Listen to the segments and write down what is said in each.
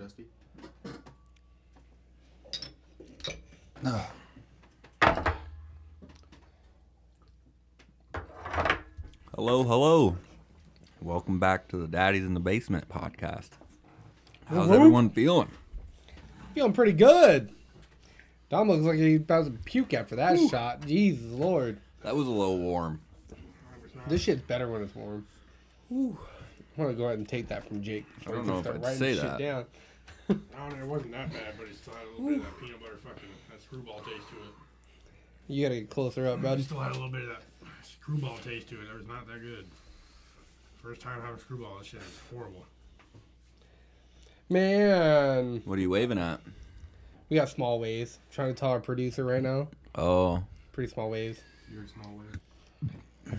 Dusty. Ah. Hello, hello. Welcome back to the Daddies in the Basement podcast. How's Woo-hoo. everyone feeling? Feeling pretty good. Dom looks like he's about to puke after that shot. Jesus Lord. That was a little warm. This shit's better when it's warm. I want to go ahead and take that from Jake. before I don't he can know if start I'd writing say shit that. down. I don't know, it wasn't that bad, but it still had a little bit of that peanut butter fucking that screwball taste to it. You gotta get closer up, bro. It still had a little bit of that screwball taste to it. It was not that good. First time having screwball, that shit is horrible. Man, What are you waving at? we got small waves. trying to tell our producer right now. Oh, Pretty small waves. You're small way.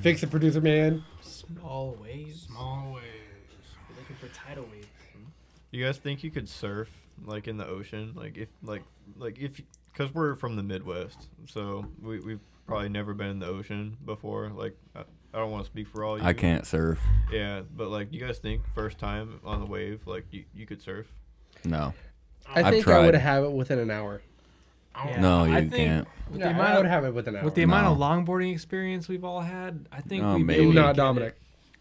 Fix the producer, man. Small waves. Small ways. We're looking for tidal waves. You guys think you could surf like in the ocean, like if like like if because we're from the Midwest, so we we've probably never been in the ocean before. Like I, I don't want to speak for all you. I can't surf. Yeah, but like you guys think first time on the wave, like you, you could surf. No. I I've think I tried. would have it within an hour. No, you I think can't. With Yeah, the I would amount of, have it within an hour. with the amount of longboarding experience we've all had, I think No, we'd be maybe. able to not get Dominic.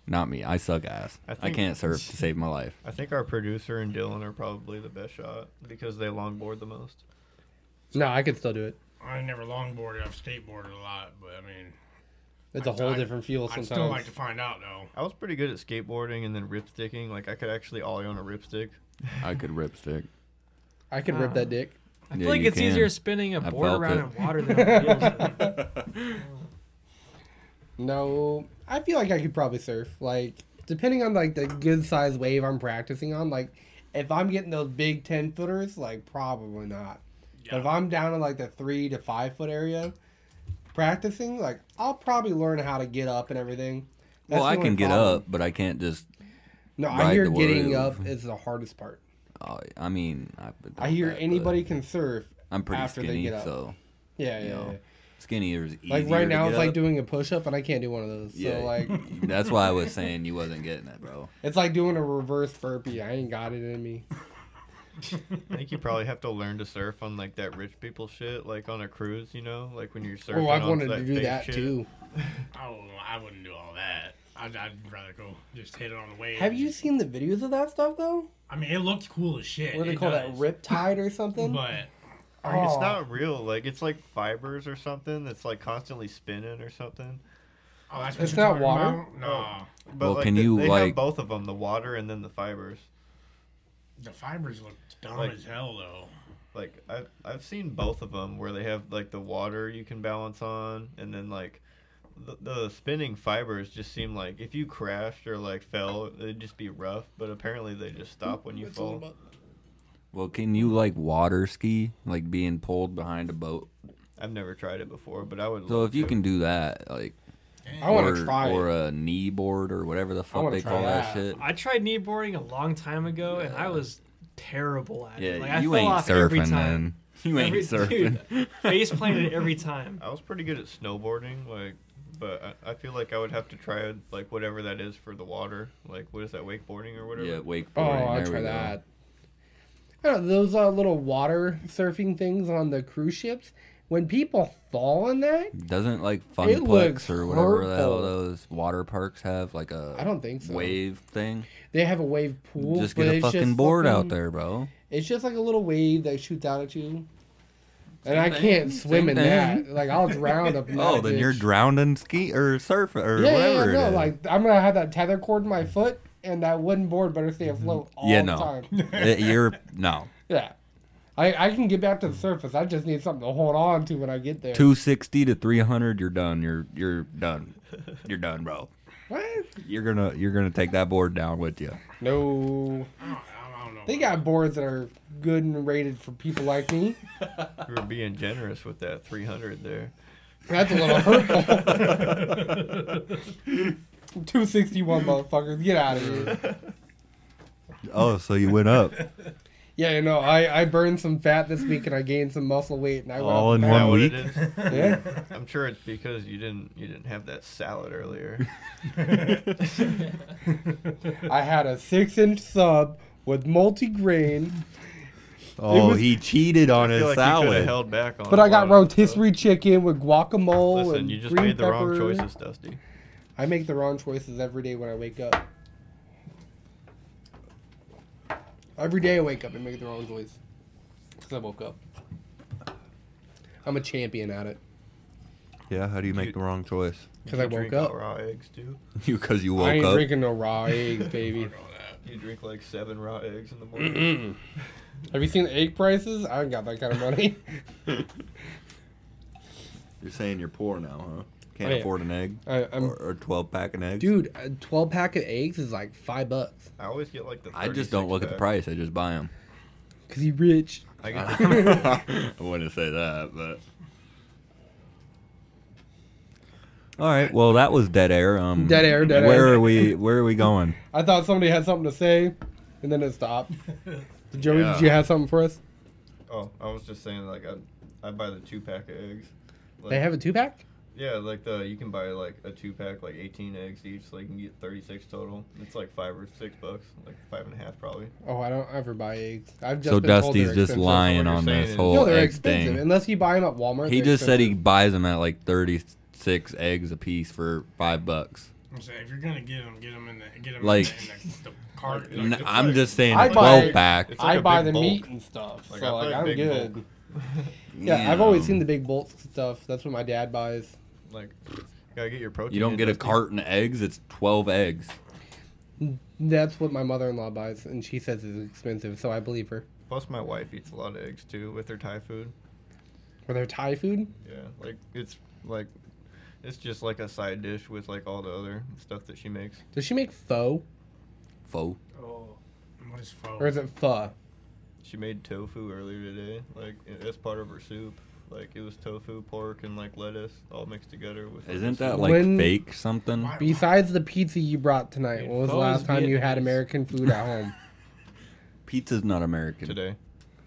Not me. I suck ass. I I, think- can't surf to save my life. I think our producer and Dylan are probably the best shot because they longboard the most. No, I could still do it. I never longboarded. I've skateboarded a lot, but I mean, It's a I'd- whole I'd- different feel I'd sometimes. still like to find out though. I was pretty good at skateboarding and then ripsticking. Like I could actually ollie on a ripstick. I could ripstick. I could rip Ah. that dick. I feel Yeah, like you it's can. easier spinning a I board felt around it. in water than on wheels. I think. No, I feel like I could probably surf. Like depending on like the good size wave I'm practicing on, like if I'm getting those big ten footers, like probably not. But if I'm down in like the three to five foot area, practicing, like I'll probably learn how to get up and everything. That's well, I the only can get problem. up, but I can't just. No, ride I hear the getting wave. up is the hardest part. Oh, I mean, I, I hear that, but anybody can surf. I'm pretty after they skinny, get up. so Yeah, yeah. you know, yeah. skinny is easier. Like right to now, get it's like up. doing a push up, and I can't do one of those. Yeah. So like, That's why I was saying you wasn't getting it, bro. it's like doing a reverse burpee. I ain't got it in me. I think you probably have to learn to surf on like that rich people shit, like on a cruise, you know, like when you're surfing. Oh, I've on wanted to do fake that shit. too. I don't know. I wouldn't do all that. I'd, I'd rather go just hit it on the wave. Have you seen the videos of that stuff though? I mean, it looked cool as shit. What do they It call that? does. Riptide or something? But Like, Oh. It's not real. Like it's like fibers or something that's like constantly spinning or something. oh, that's what It's you're not talking water? About? No, But Well, like, can the- you, they like- have both of them, the water and then the fibers. the fibers look dumb Like- as hell though. Like I've I've seen both of them where they have like the water you can balance on, and then like the, the spinning fibers just seem like if you crashed or like fell, it'd just be rough. But apparently they just stop when you It's all fall. about- Well, can you like water ski, like being pulled behind a boat? I've never tried it before, but I would. So love if you to. can do that, like I want or, to try or it. a knee board or whatever the fuck wanna they try call that, that. shit. I tried kneeboarding a long time ago, and I was terrible at Yeah, it. Like, I you fell ain't off every surfing, time. man. You ain't Every- surfing. dude, face planted every time. I was pretty good at snowboarding, like, but I, I feel like I would have to try like whatever that is for the water. Like, what is that wakeboarding or whatever? Yeah, wakeboarding. Oh, there I'll we try go. that. I don't know, those uh, little water surfing things on the cruise ships. When people fall in that, Doesn't like It Funplex looks or whatever the hell hurtful. those water parks have like a I don't think so. wave thing. They have a wave pool. just but get a it's fucking board out fucking- there, bro. It's just like a little wave that shoots out at you. Same And I thing, can't same swim in thing. that. Like I'll drown up. in Oh, that then you're bitch. drowning ski or surf or yeah, yeah, whatever yeah, it no, is. like I'm gonna have that tether cord in my foot, and that wooden board better stay afloat all yeah, the no, time. It- you're no Yeah, I I can get back to the surface. I just need something to hold on to when I get there. two sixty to three hundred. You're done. You're you're done. You're done, bro. What? You're gonna you're gonna take that board down with you. No, I don't, I don't know. they got boards that are good and rated for people like me. You were being generous with that 300 there. That's a little hurtful. Two sixty one motherfuckers, get out of here. Oh, so you went up Yeah, you know, I I burned some fat this week and I gained some muscle weight and I went up Is that what it is? back. Yeah. I'm sure it's because you didn't you didn't have that salad earlier. I had a six inch sub with multi grain Oh, was- he cheated on I his feel like you could salad. have held back on. But a I got lot of stuff. rotisserie chicken with guacamole Oh, Listen, and you just green made the pepper. wrong choices, Dusty. I make the wrong choices every day when I wake up. Every day I wake up and make the wrong choice. Because I woke up. I'm a champion at it. yeah, how do you make You- the wrong choice? Because I You woke drink up. out raw eggs too. You because you I woke ain't up. drinking no raw eggs, baby. You drink like seven raw eggs in the morning. Have you seen the egg prices? I ain't got that kind of money. You're saying you're poor now, huh? Can't Oh, yeah. afford an egg I, I'm, or, or a 12 pack of eggs. dude, a 12 pack of eggs is like five bucks. I always get like the. I just don't look at the 36 price. I just buy them. Because he rich. pack. I get the, I wouldn't say that, but. All right. Well, that was dead air. Um, Dead air, dead where air. are we? Where are we going? I thought somebody had something to say, and then it stopped. Joey, Yeah. did you have something for us? oh, I was just saying like I, I buy the two pack of eggs. Like, They have a two pack? Yeah, like the you can buy like a two pack, like eighteen eggs each, so you can get thirty six total. It's like five or six bucks, like five and a half probably. Oh, I don't ever buy eggs. I've just So been told they're Dusty's just expensive. lying What you're on saying this is- whole No, they're egg expensive thing. unless you buy them at Walmart. He they're just said he expensive. buys them at like 36 eggs a piece for five bucks. I'm saying if you're gonna get them, get them in the get 'em Like- in the, in the, the cart. Like, N- Like, it's I'm like- just saying I a buy- 12 pack. It's like I a buy big the bulk. meat and stuff, Like, I so like buy a I'm big good. bulk. Yeah, I've always seen the big bolt stuff. That's what my dad buys. Like, gotta get your protein. You don't in, get a Dusty. carton of eggs. It's 12 eggs. That's what my mother-in-law buys, and she says it's expensive, so I believe her. Plus, my wife eats a lot of eggs too with her Thai food. Or their Thai food. Yeah, like it's like it's just like a side dish with like all the other stuff that she makes. Does she make pho Faux. Oh, what is or is pho? it pho? She made tofu earlier today, like it- as part of her soup. Like it was tofu, pork, and like lettuce all mixed together with. like, Isn't a that soup. like When- fake something? Why- Besides the pizza you brought tonight, Dude, when was the pho last is time you had Vietnamese. American food at home? Pizza's not American. today?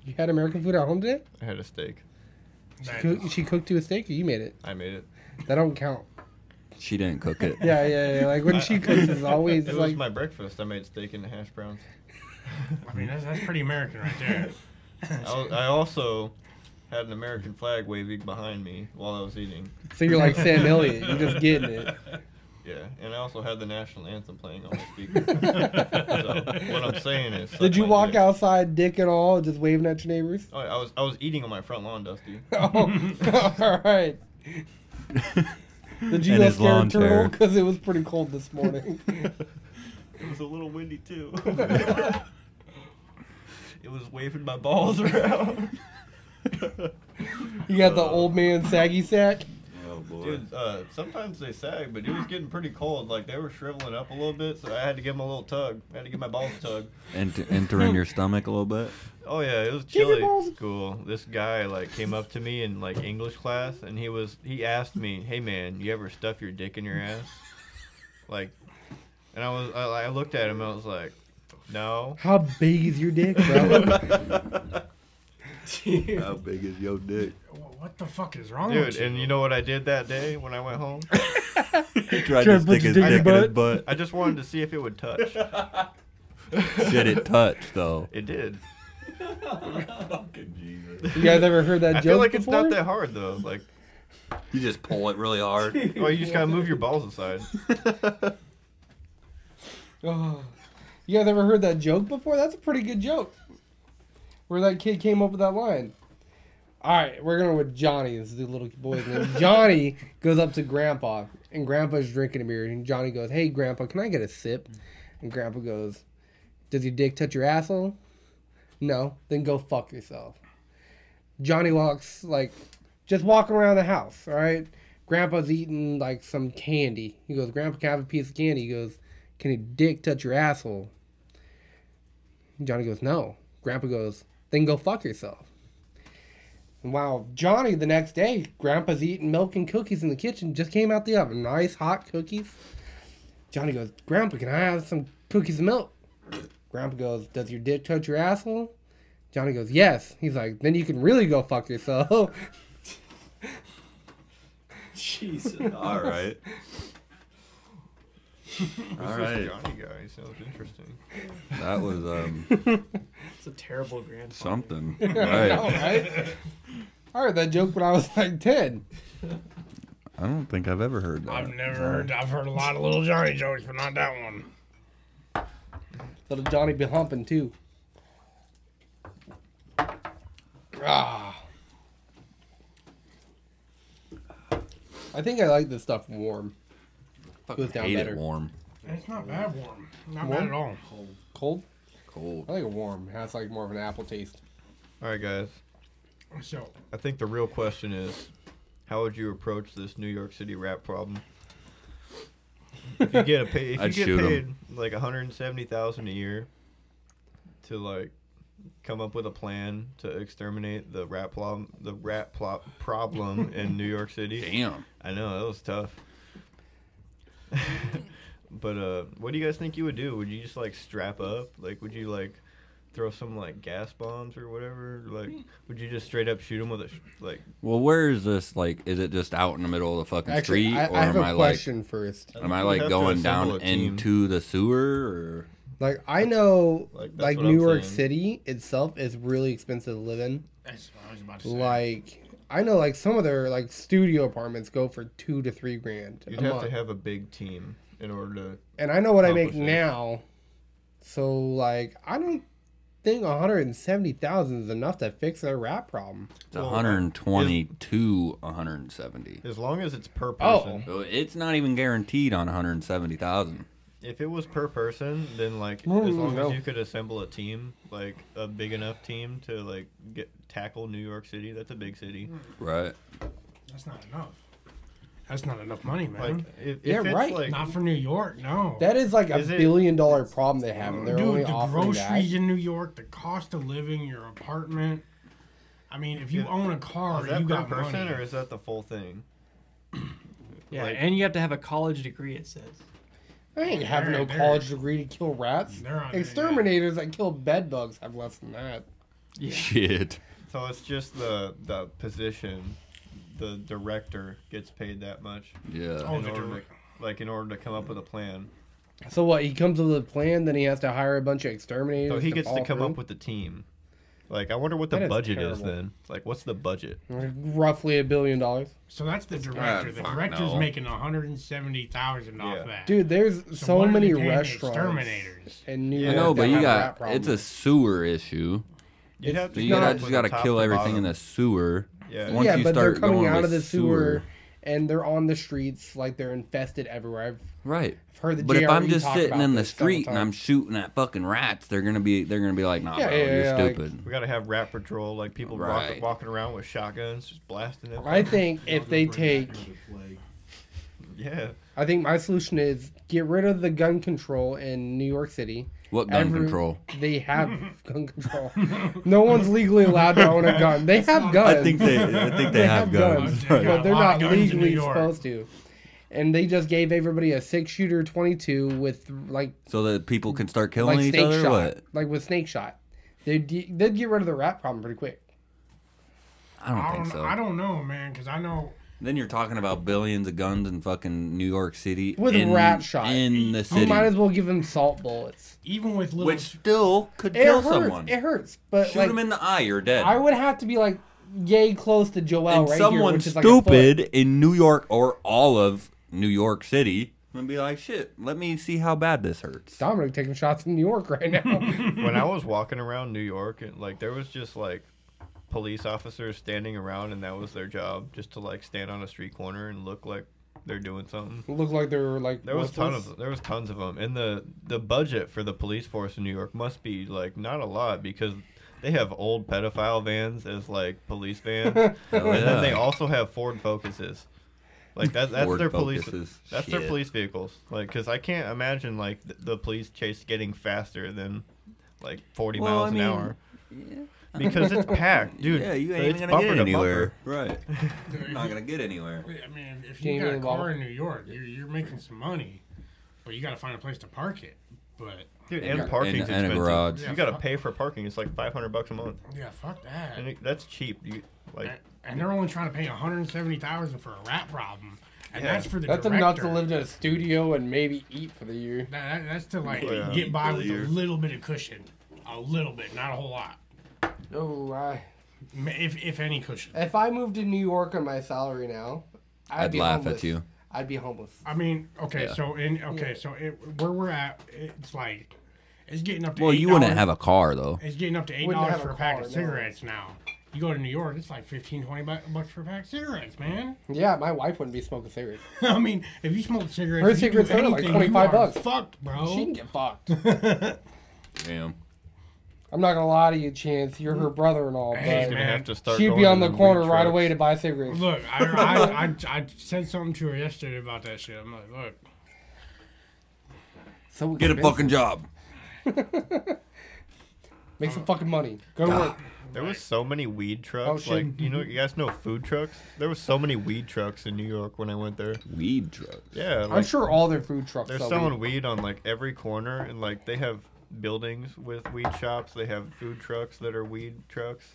You had American food at home today? I had a steak. She, That- cook, she cooked you a steak, or you made it. I made it. That don't count. She didn't cook it. Yeah, yeah, yeah. Like when she cooks, it's always It was like my breakfast. I made steak and hash browns. I mean, that's, that's pretty American right there. I, was- I also had an American flag waving behind me while I was eating. so you're like Sam Elliott. You're just getting it. Yeah, and I also had the national anthem playing on the speaker. so what I'm saying is, Did suck you my walk dick. outside, dick and all, just waving at your neighbors? Oh, I was I was eating on my front lawn, Dusty. Oh, all right. Did you And go his scare a lawn turtle? chair. Because it was pretty cold this morning. It was a little windy too. it was waving my balls around. You got the old man saggy sack. Oh boy. Dude, uh, sometimes they sag, but it was getting pretty cold. Like they were shriveling up a little bit, so I had to give them a little tug. I had to give my balls a tug. Ent- enter in your stomach a little bit. Oh yeah, it was Give your chilly. balls- Cool. This guy like came up to me in like English class, and he was he asked me, "Hey man, you ever stuff your dick in your ass?" Like, and I was I, I looked at him, and I was like, "No." How big is your dick, bro? How big is your dick? Wha- what the fuck is wrong Dude, with you? and you know what I did that day when I went home? He tried to Try to put stick your his dick dick in in your his butt. I just wanted to see if it would touch. Did it touch though? It did. You guys ever heard that I joke feel like it's before? not that hard though. Like, You just pull it really hard. well, you just gotta move your balls aside. Oh. You guys ever heard that joke before? That's a pretty good joke. Where that kid came up with that line. All right, we're going with Johnny. This is the little boy's name. Johnny goes up to Grandpa, and Grandpa's drinking a beer. And Johnny goes, Hey, Grandpa, can I get a sip? And Grandpa goes, Does your dick touch your asshole? No, then go fuck yourself. Johnny walks, like, just walking around the house, all right? Grandpa's eating, like, some candy. He goes, Grandpa, can I have a piece of candy? He goes, can a dick touch your asshole? Johnny goes, no. Grandpa goes, then go fuck yourself. And wow, Johnny, the next day, Grandpa's eating milk and cookies in the kitchen, just came out the oven, nice hot cookies. Johnny goes, Grandpa, can I have some cookies and milk? Grandpa goes, does your dick touch your asshole? Johnny goes, yes. He's like, then you can really go fuck yourself. Jesus. All right. All Who's right. this Johnny guy? He sounds interesting. That was um, It's a terrible grandfather. something. I know, Right. right? I heard that joke when I was like ten. I don't think I've ever heard that. I've never heard. I've heard a lot of little Johnny jokes, but not that one. Little Johnny be humping too. Ah. I think I like this stuff warm. Fucking Goes down hate better. it warm, It's not bad warm. Not Warm? bad at all. Cold? cold. I like it warm. It has like more of an apple taste. All right, guys. So I think the real question is, how would you approach this New York City rap problem? If you get a pay, if you I'd get shoot 'em. paid like one hundred and seventy thousand a year to like come up with a plan to exterminate the rap problem, the rap plop problem in New York City. Damn. I know that was tough. but uh, what do you guys think you would do? Would you just like strap up? Like, would you like throw some like gas bombs or whatever? Like, would you just straight up shoot them with a sh- like? Well, where is this? Like, is it just out in the middle of the fucking Actually, street, I, or I have am a I like, question first. am I We'd like have to going assemble down a team. into the sewer? Or Like I know, Like, that's like what I'm New York saying. City itself is really expensive to live in. that's what I was about to say. Like I know, like some of their like studio apartments go for two to three grand You'd a have month. to have a big team in order to. and I know what I make Accomplish it. now. So like I don't think 170,000 is enough to fix their rap problem. it's Well, 120 to 170. As long as it's per Oh. person. So it's not even guaranteed on 170,000. If it was per person, then like as Mm, long no. as you could assemble a team, like a big enough team to like get tackle New York City. That's a big city. Mm-hmm. Right. That's not enough. That's not enough money, man. Like, if, if Yeah, it's, right. Like, not for New York, no. That is like a Is it- billion dollar problem they have. And they're only Dude, the offering groceries that. in New York, the cost of living, your apartment. I mean, if you Yeah. own a car, Is that Oh, you per got person money. or is that the full thing? Yeah, Like- and you have to have a college degree. It says. I ain't have no They're- they're- college degree to kill rats. They're on it, yeah. Exterminators that kill bed bugs have less than that. Yeah. Shit. So it's just the the position, the director gets paid that much. Yeah. Oh, in the order direct- to, like in order to come up with a plan. So what? He comes up with a plan, then he has to hire a bunch of exterminators. So he gets to follow come through? up with the team. Like I wonder what the That is budget is terrible. then. Like what's the budget? roughly a billion dollars. So that's the director. the fuck director's no. making one hundred and seventy thousand Yeah. off that. Dude, there's so, why are they many paying the restaurants Exterminators. in New Yeah. York. I know, that but you have got rat problems. it's a sewer issue. You'd have So to you come gotta, up just with gotta a top kill to everything bottom. in the sewer. Yeah. Once yeah, you but start they're coming going out with of the sewer- sewer, and they're on the streets like they're infested everywhere. Right. I've heard the But if I'm JRE just talk sitting about in the this several street and I'm times. shooting at fucking rats, they're gonna be they're gonna be like, nah, Yeah, bro, yeah, you're yeah, like- stupid. We gotta have rap patrol, like people Right. walk, walking around with shotguns, just blasting it. I think if they take, Yeah. I think my solution is get rid of the gun control in New York City. what gun every- control? They have gun control. No one's legally allowed to own a gun. They have guns. they I think they have guns, guns. Right. but they're A lot not of guns in New legally York. supposed to. And they just gave everybody a six shooter twenty two with like So that people can start killing like each snake other. shot, What? like with snake shot. They'd they'd get rid of the rat problem pretty quick. I don't I think don't, so. I don't know, man, because I know Then you're talking about billions of guns in fucking New York City With in, rat shot. in the You city, might as well give them salt bullets. even with little which still could It kill hurts. someone. It hurts, but Shoot like him in the eye, you're dead. I would have to be like yay close to Joel and right someone here, which is like a foot. stupid in New York or all of New York City would be like, shit. Let me see how bad this hurts. Dominic taking shots in New York right now. when I was walking around New York, and like there was just like police officers standing around, and that was their job, just to like stand on a street corner and look like they're doing something. Look like they were like There was ton worthless. of there was tons of them, and the the budget for the police force in New York must be like not a lot because they have old pedophile vans as like police vans, and Hell yeah. then they also have Ford Focuses. Like that, that's Ford their police. Focuses. That's their Shit. police vehicles. Like, cause I can't imagine like th- the police chase getting faster than like forty Well, miles I an mean, hour because it's packed, dude. yeah, you it's ain't even gonna bumper get to anywhere. bumper. Right. If You're you- not gonna get anywhere. I mean, if Jamie you got a and car Robert. in New York, you're, you're making some money, but you got to find a place to park it. But Dude, And and, your- parking's and- and a expensive. garage. You gotta pay for parking. It's like five hundred bucks a month, yeah, fuck that. and And, it, that's cheap. You like and they're only trying to pay 170,000 for a rat problem, and Yeah. that's for the That's director. enough to live in a studio and maybe eat for the year. That, that- that's to like Yeah. get by with a Clear. little bit of cushion, a little bit, not a whole lot, Oh, I, Ma- if if any cushion. if I moved to New York on my salary now, I'd, I'd be laugh at homeless. you. I'd be homeless. I mean, okay, Yeah. so in okay, so it, where we're at, it's like it's getting up to. Well, you wouldn't $8. have a car though. It's getting up to eight Wouldn't dollars have for a a pack car, of no. cigarettes now. You go to New York, it's like 15, 20 bu- bucks for a pack of cigarettes, Mm-hmm. man. Yeah, my wife wouldn't be smoking cigarettes. I mean, if you smoke cigarettes, Her you do cigarettes are like anything, you 25 are bucks. Fucked, bro. She can get fucked. Damn. I'm not gonna lie to you, Chance. You're her brother and all, Hey, He's but man. gonna have to start. she'd going be to on the weed corner right trucks. away to buy cigarettes. Look, I, I, I, I said something to her yesterday about that shit. I'm like, look, So Get a expensive. fucking job. make some fucking money. Go to work. There was so many weed Oh, trucks. shit. like you know, you guys know food trucks. There was so many weed trucks in New York when I went there. Weed drugs. Yeah, I'm like, sure all their food trucks. they're sell selling weed. weed on like every corner, and like they have buildings with weed shops. They have food trucks that are weed trucks.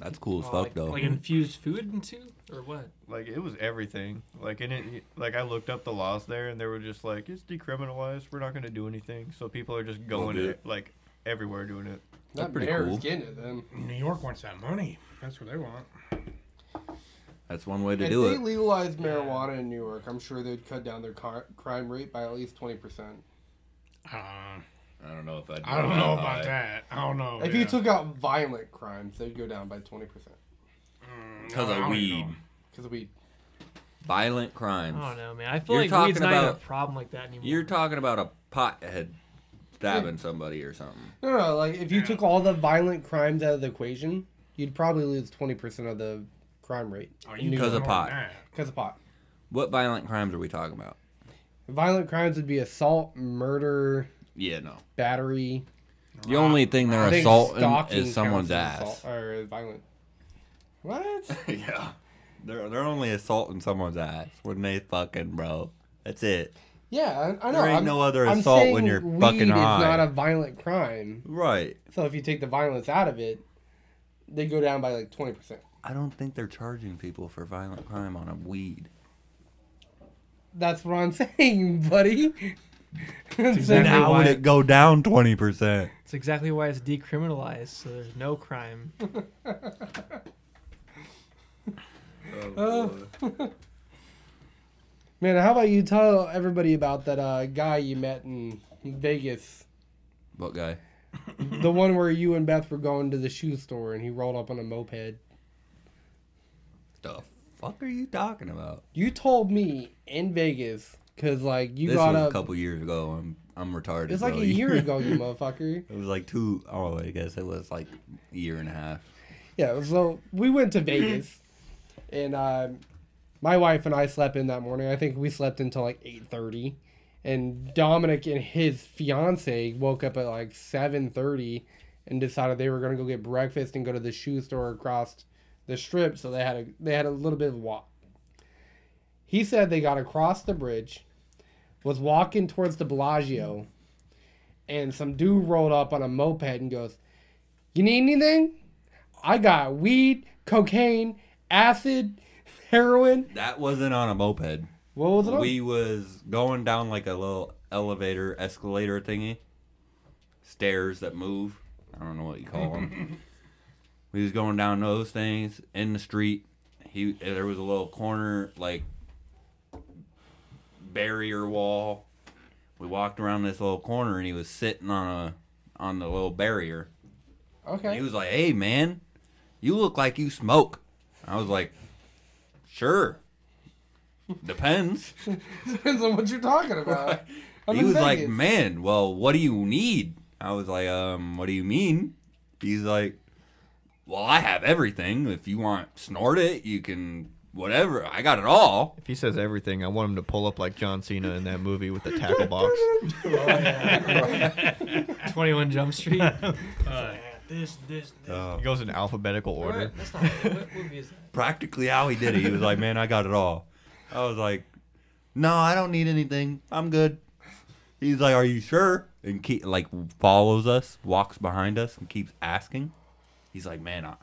That's cool as Oh, fuck like, though. like infused food into or what? Like it was everything. Like and it, like I looked up the laws there, and they were just like it's decriminalized. We're not gonna do anything. So people are just going Love to, it. like everywhere doing it. That pretty mayor's cool. getting it then. New York wants that money. That's what they want. That's one way to If do they it. legalized marijuana in New York, I'm sure they'd cut down their car- crime rate by at least twenty percent. Uh, I don't know if I'd I don't know Uh, about that. I don't Oh, know. If you took out violent crimes, they'd go down by twenty percent Mm, Because of weed. because we. Violent crimes. I don't know, man. I feel You're like weed's talking not even a about- problem like that anymore. You're talking about a pothead stabbing somebody or something. No, no, like if you took all the violent crimes out of the equation, you'd probably lose twenty percent of the crime rate Because of pot. because of pot. What violent crimes are we talking about? Violent crimes would be assault, murder, Yeah, no. battery. The only thing I they're think assaulting stalking is someone's counts as ass. assault- or violent. What? yeah. They're, they're only assaulting someone's ass when they fucking, bro. That's it. Yeah, I, I know. There ain't I'm, no other I'm assault when saying you're weed fucking is high. not a violent crime. Right. So if you take the violence out of it, they go down by like twenty percent. I don't think they're charging people for violent crime on a weed. That's what I'm saying, buddy. So- exactly- How why- would it go down 20%? It's exactly why it's decriminalized, so there's no crime. man, how about you tell everybody about that uh, guy you met in Vegas? What guy? The one where you and Beth were going to the shoe store and he rolled up on a moped. The fuck are you talking about? You told me in Vegas, cause like you this got was up. a couple years ago. I'm I'm retarded. it's like bro. a year ago, you motherfucker. It was like two oh I guess it was like a year and a half. Yeah, so we went to Vegas, and um, my wife and I slept in that morning. I think we slept until like eight thirty, and Dominic and his fiance woke up at like seven thirty, and decided they were gonna go get breakfast and go to the shoe store across the strip. So they had a they had a little bit of a walk. He said they got across the bridge, was walking towards the Bellagio, and some dude rolled up on a moped and goes, "You need anything?" I got weed, cocaine, acid, heroin. That wasn't on a moped. What was it? on? We was going down like a little elevator escalator thingy. Stairs that move. I don't know what you call them. we was going down those things in the street. He there was a little corner like barrier wall. We walked around this little corner and he was sitting on a on the little barrier. And he okay. was like, "Hey, man, you look like you smoke." I was like, "Sure, depends." Depends on what you're talking about. I'm he in was like, Vegas. "Man, well, what do you need?" I was like, "Um, what do you mean?" He's like, "Well, I have everything. If you want, snort it. You can, whatever. I got it all." If he says everything, I want him to pull up like John Cena in that movie with the tackle box. 21 Jump Street. Uh, this, this, this. He goes in alphabetical order. What? That's not, what movie is that? Practically how he did it. He was like, "Man, I got it all." I was like, "No, I don't need anything. I'm good." He's like, "Are you sure?" And keep like follows us, walks behind us, and keeps asking. He's like, "Man, I,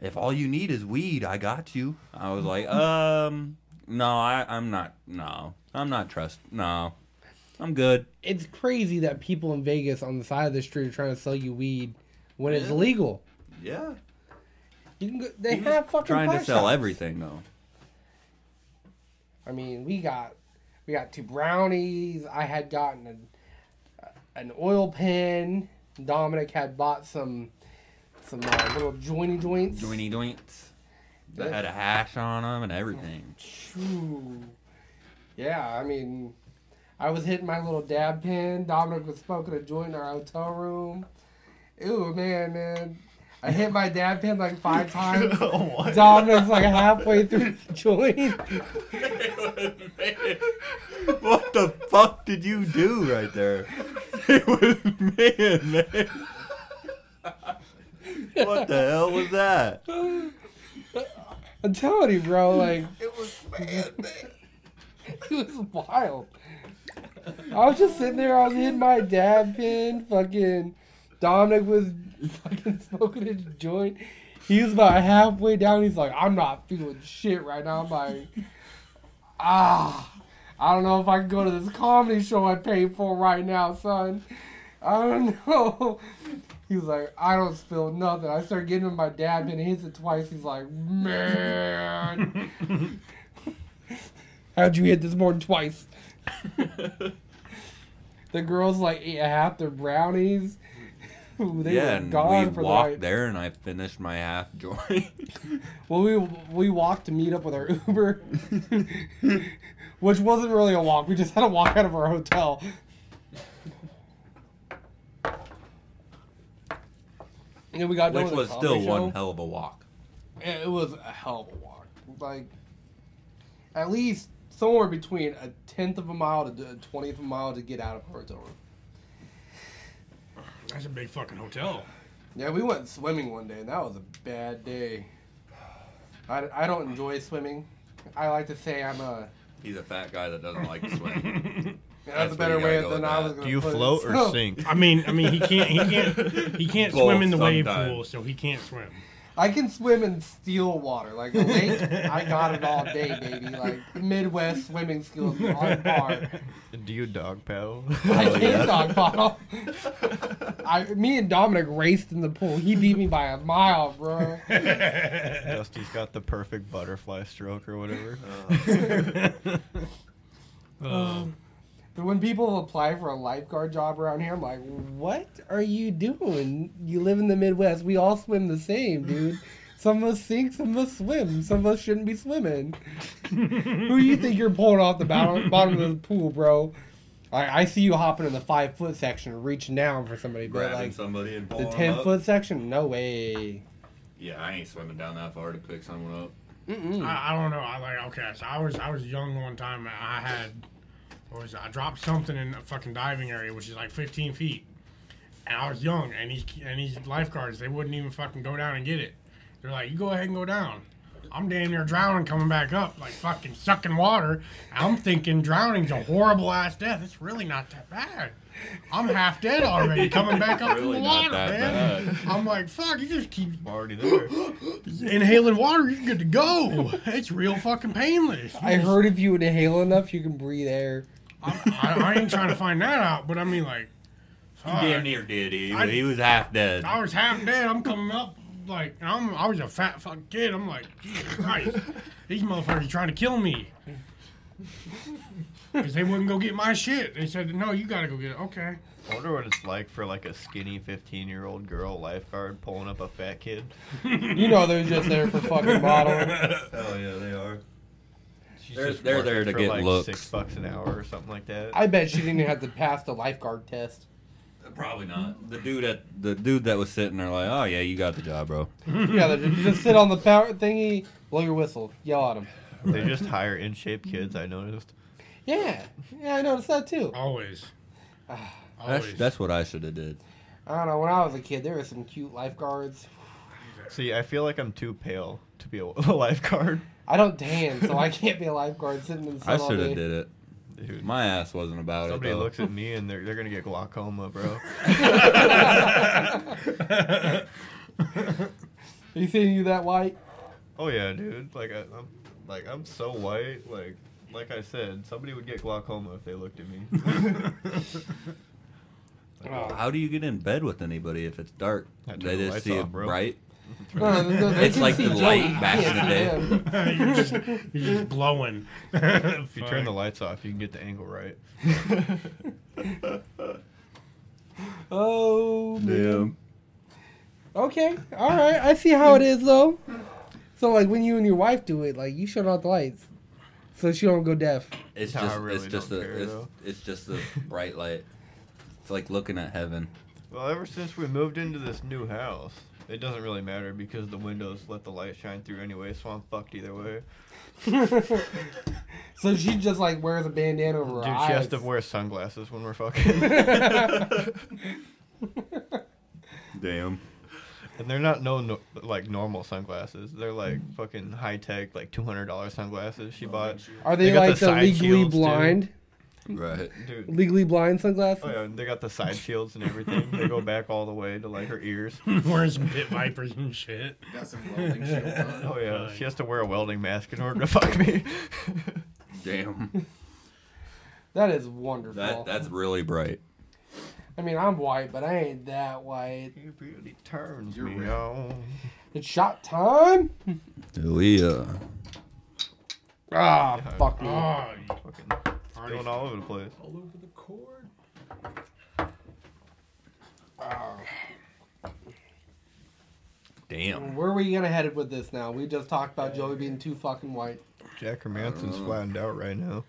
if all you need is weed, I got you." I was like, "Um, no, I, I'm not. No, I'm not trust. No, I'm good. It's crazy that people in Vegas on the side of the street are trying to sell you weed when it's illegal. Yeah, You can go, they He was have fucking trying to pot sell shops. everything though. I mean, we got we got two brownies. I had gotten a, an oil pen. Dominic had bought some some uh, little joiny joints. Joiny joints that had a hash on them and everything. Shoo. Yeah, I mean, I was hitting my little dab pen. Dominic was smoking a joint in our hotel room. Ew, man, man. I hit my dab pen like five times. what? Dominic's like halfway through the joint. what the fuck did you do right there? It was man, man. What the hell was that? I'm telling you, bro. Like it was bad, man. it was wild. I was just sitting there. I was in my dab pen. Fucking Dominic was fucking smoking his joint. He was about halfway down. He's like, "I'm not feeling shit right now." I'm like, "Ah, I don't know if I can go to this comedy show I paid for right now, son. I don't know." He was like, I don't feel nothing. I started giving him my dab and he hits it twice. He's like, man. How'd you hit this more than twice? the girls like ate half their brownies. Ooh, they yeah, were and gone we for walked the night. there, and I finished my half joint. Well, we we walked to meet up with our Uber, which wasn't really a walk. We just had to walk out of our hotel. And then we got done which was with the comedy still show. one hell of a walk. It it was a hell of a walk. Like, at least somewhere between a tenth of a mile to a twentieth of a mile to get out of our hotel room. That's a big fucking hotel. Yeah, we went swimming one day, and that was a bad day. I, I don't enjoy swimming. I like to say I'm a. He's a fat guy that doesn't like to swim. That's where That's, a better you gotta way go than with I that. was going to Do you float or sink? I mean, I mean, he can't, he can't, he can't Both swim in the wave sometimes. pool, so he can't swim. I can swim in steel water. Like, a lake, I got it all day, baby. Like, Midwest swimming skills are on par. Do you dog paddle? I Oh, can yeah. dog bottle. I, me and Dominic raced in the pool. He beat me by a mile, bro. Dusty's got the perfect butterfly stroke or whatever. Um, But when people apply for a lifeguard job around here, I'm like, what are you doing? You live in the Midwest. We all swim the same, dude. Some of us sink, some of us swim. Some of us shouldn't be swimming. Who do you think you're pulling off the bottom, bottom of the pool, bro? I, I see you hopping in the five foot section, reaching down for somebody, but Grabbing like somebody and the pulling 'em ten up. foot section, no way. Yeah, I ain't swimming down that far to pick someone up. Mm-mm. I, I don't know. I like okay. So I was I was young one time. and I had what was it? I dropped something in a fucking diving area, which is like 15 feet. And I was young, and these and these lifeguards they wouldn't even fucking go down and get it. They're like, you go ahead and go down. I'm damn near drowning coming back up, like fucking sucking water. And I'm thinking drowning's a horrible ass death. It's really not that bad. I'm half dead already coming back up from Really the not water, that man. I'm like, fuck, you just keep I'm already there. inhaling water, you're good to go. It's real fucking painless. I heard if you inhale enough, you can breathe air. I, I, I ain't trying to find that out, but I mean, like, He fuck. damn near did. He, I- he was half dead. I was half dead. I'm coming up like and I'm. I was a fat fuck kid. I'm like, Jesus Christ, these motherfuckers are trying to kill me. Cause they wouldn't go get my shit. They said, "No, you gotta go get it." Okay. I wonder what it's like for like a skinny 15 year old girl lifeguard pulling up a fat kid. You know they're just there for fucking bottle. Oh yeah, they are. She's They're- they're working there to for get like looks. six bucks an hour or something like that. I bet she didn't have to pass the lifeguard test. Probably not. Hmm. The dude at the dude that was sitting there like, oh yeah, you got the job, bro. Yeah, they just, just sit on the power thingy, blow your whistle, yell at them. they just hire in shape kids. I noticed. Yeah, yeah, I noticed that too. Always. That's, Ah, Always. that's what I should have did. I don't know. When I was a kid, there were some cute lifeguards. See, I feel like I'm too pale to be a a lifeguard. I don't tan, so I can't be a lifeguard sitting in the sun I all should have day. did it. Dude, My ass wasn't about somebody it. though. looks at me and they're they're gonna get glaucoma, bro. Are you seeing you that white? oh yeah, dude. Like I, I'm Like I'm so white. Like like I said, somebody would get glaucoma if they looked at me. Oh, How do you get in bed with anybody if it's dark? I turn They the just lights see off, it bro. bright. No, no, no, they It's can like see the Joey, light you back in can't the see him. you're, just, you're just blowing. if you turn the lights off, you can get the angle right. Oh, man. Okay, all right. I see how it is though. So like when you and your wife do it, like you shut off the lights, so she don't go deaf. It's I just really it's just don't a care, it's, though. it's just a bright light. It's like looking at heaven. Well, ever since we moved into this new house, it doesn't really matter because the windows let the light shine through anyway, so I'm fucked either way. so she just like wears a bandana over her Dude, eyes. she has to wear sunglasses when we're fucking. Damn. and they're not no, no like normal sunglasses. They're like fucking high tech, like two hundred dollar sunglasses she bought. Are they, They got like the the, side legally shields, too. blind, Right. Dude, legally blind sunglasses? oh yeah, and they got the side shields and everything. They go back all the way to like her ears. Wearing some pit vipers and shit. Got some welding shields on. Oh yeah, she has to wear a welding mask in order to fuck me. Damn. That is wonderful. That that's really bright. I mean, I'm white, but I ain't that white. It really turns You're me right. on. It's shot time. Leah. Ah, fuck me. Oh, Fucking party. going Oh, all over the place. All over the cord. Damn. Where are we gonna head with this now? We just talked about Joey being too fucking white. Jack Manson's Uh. flattened out right now.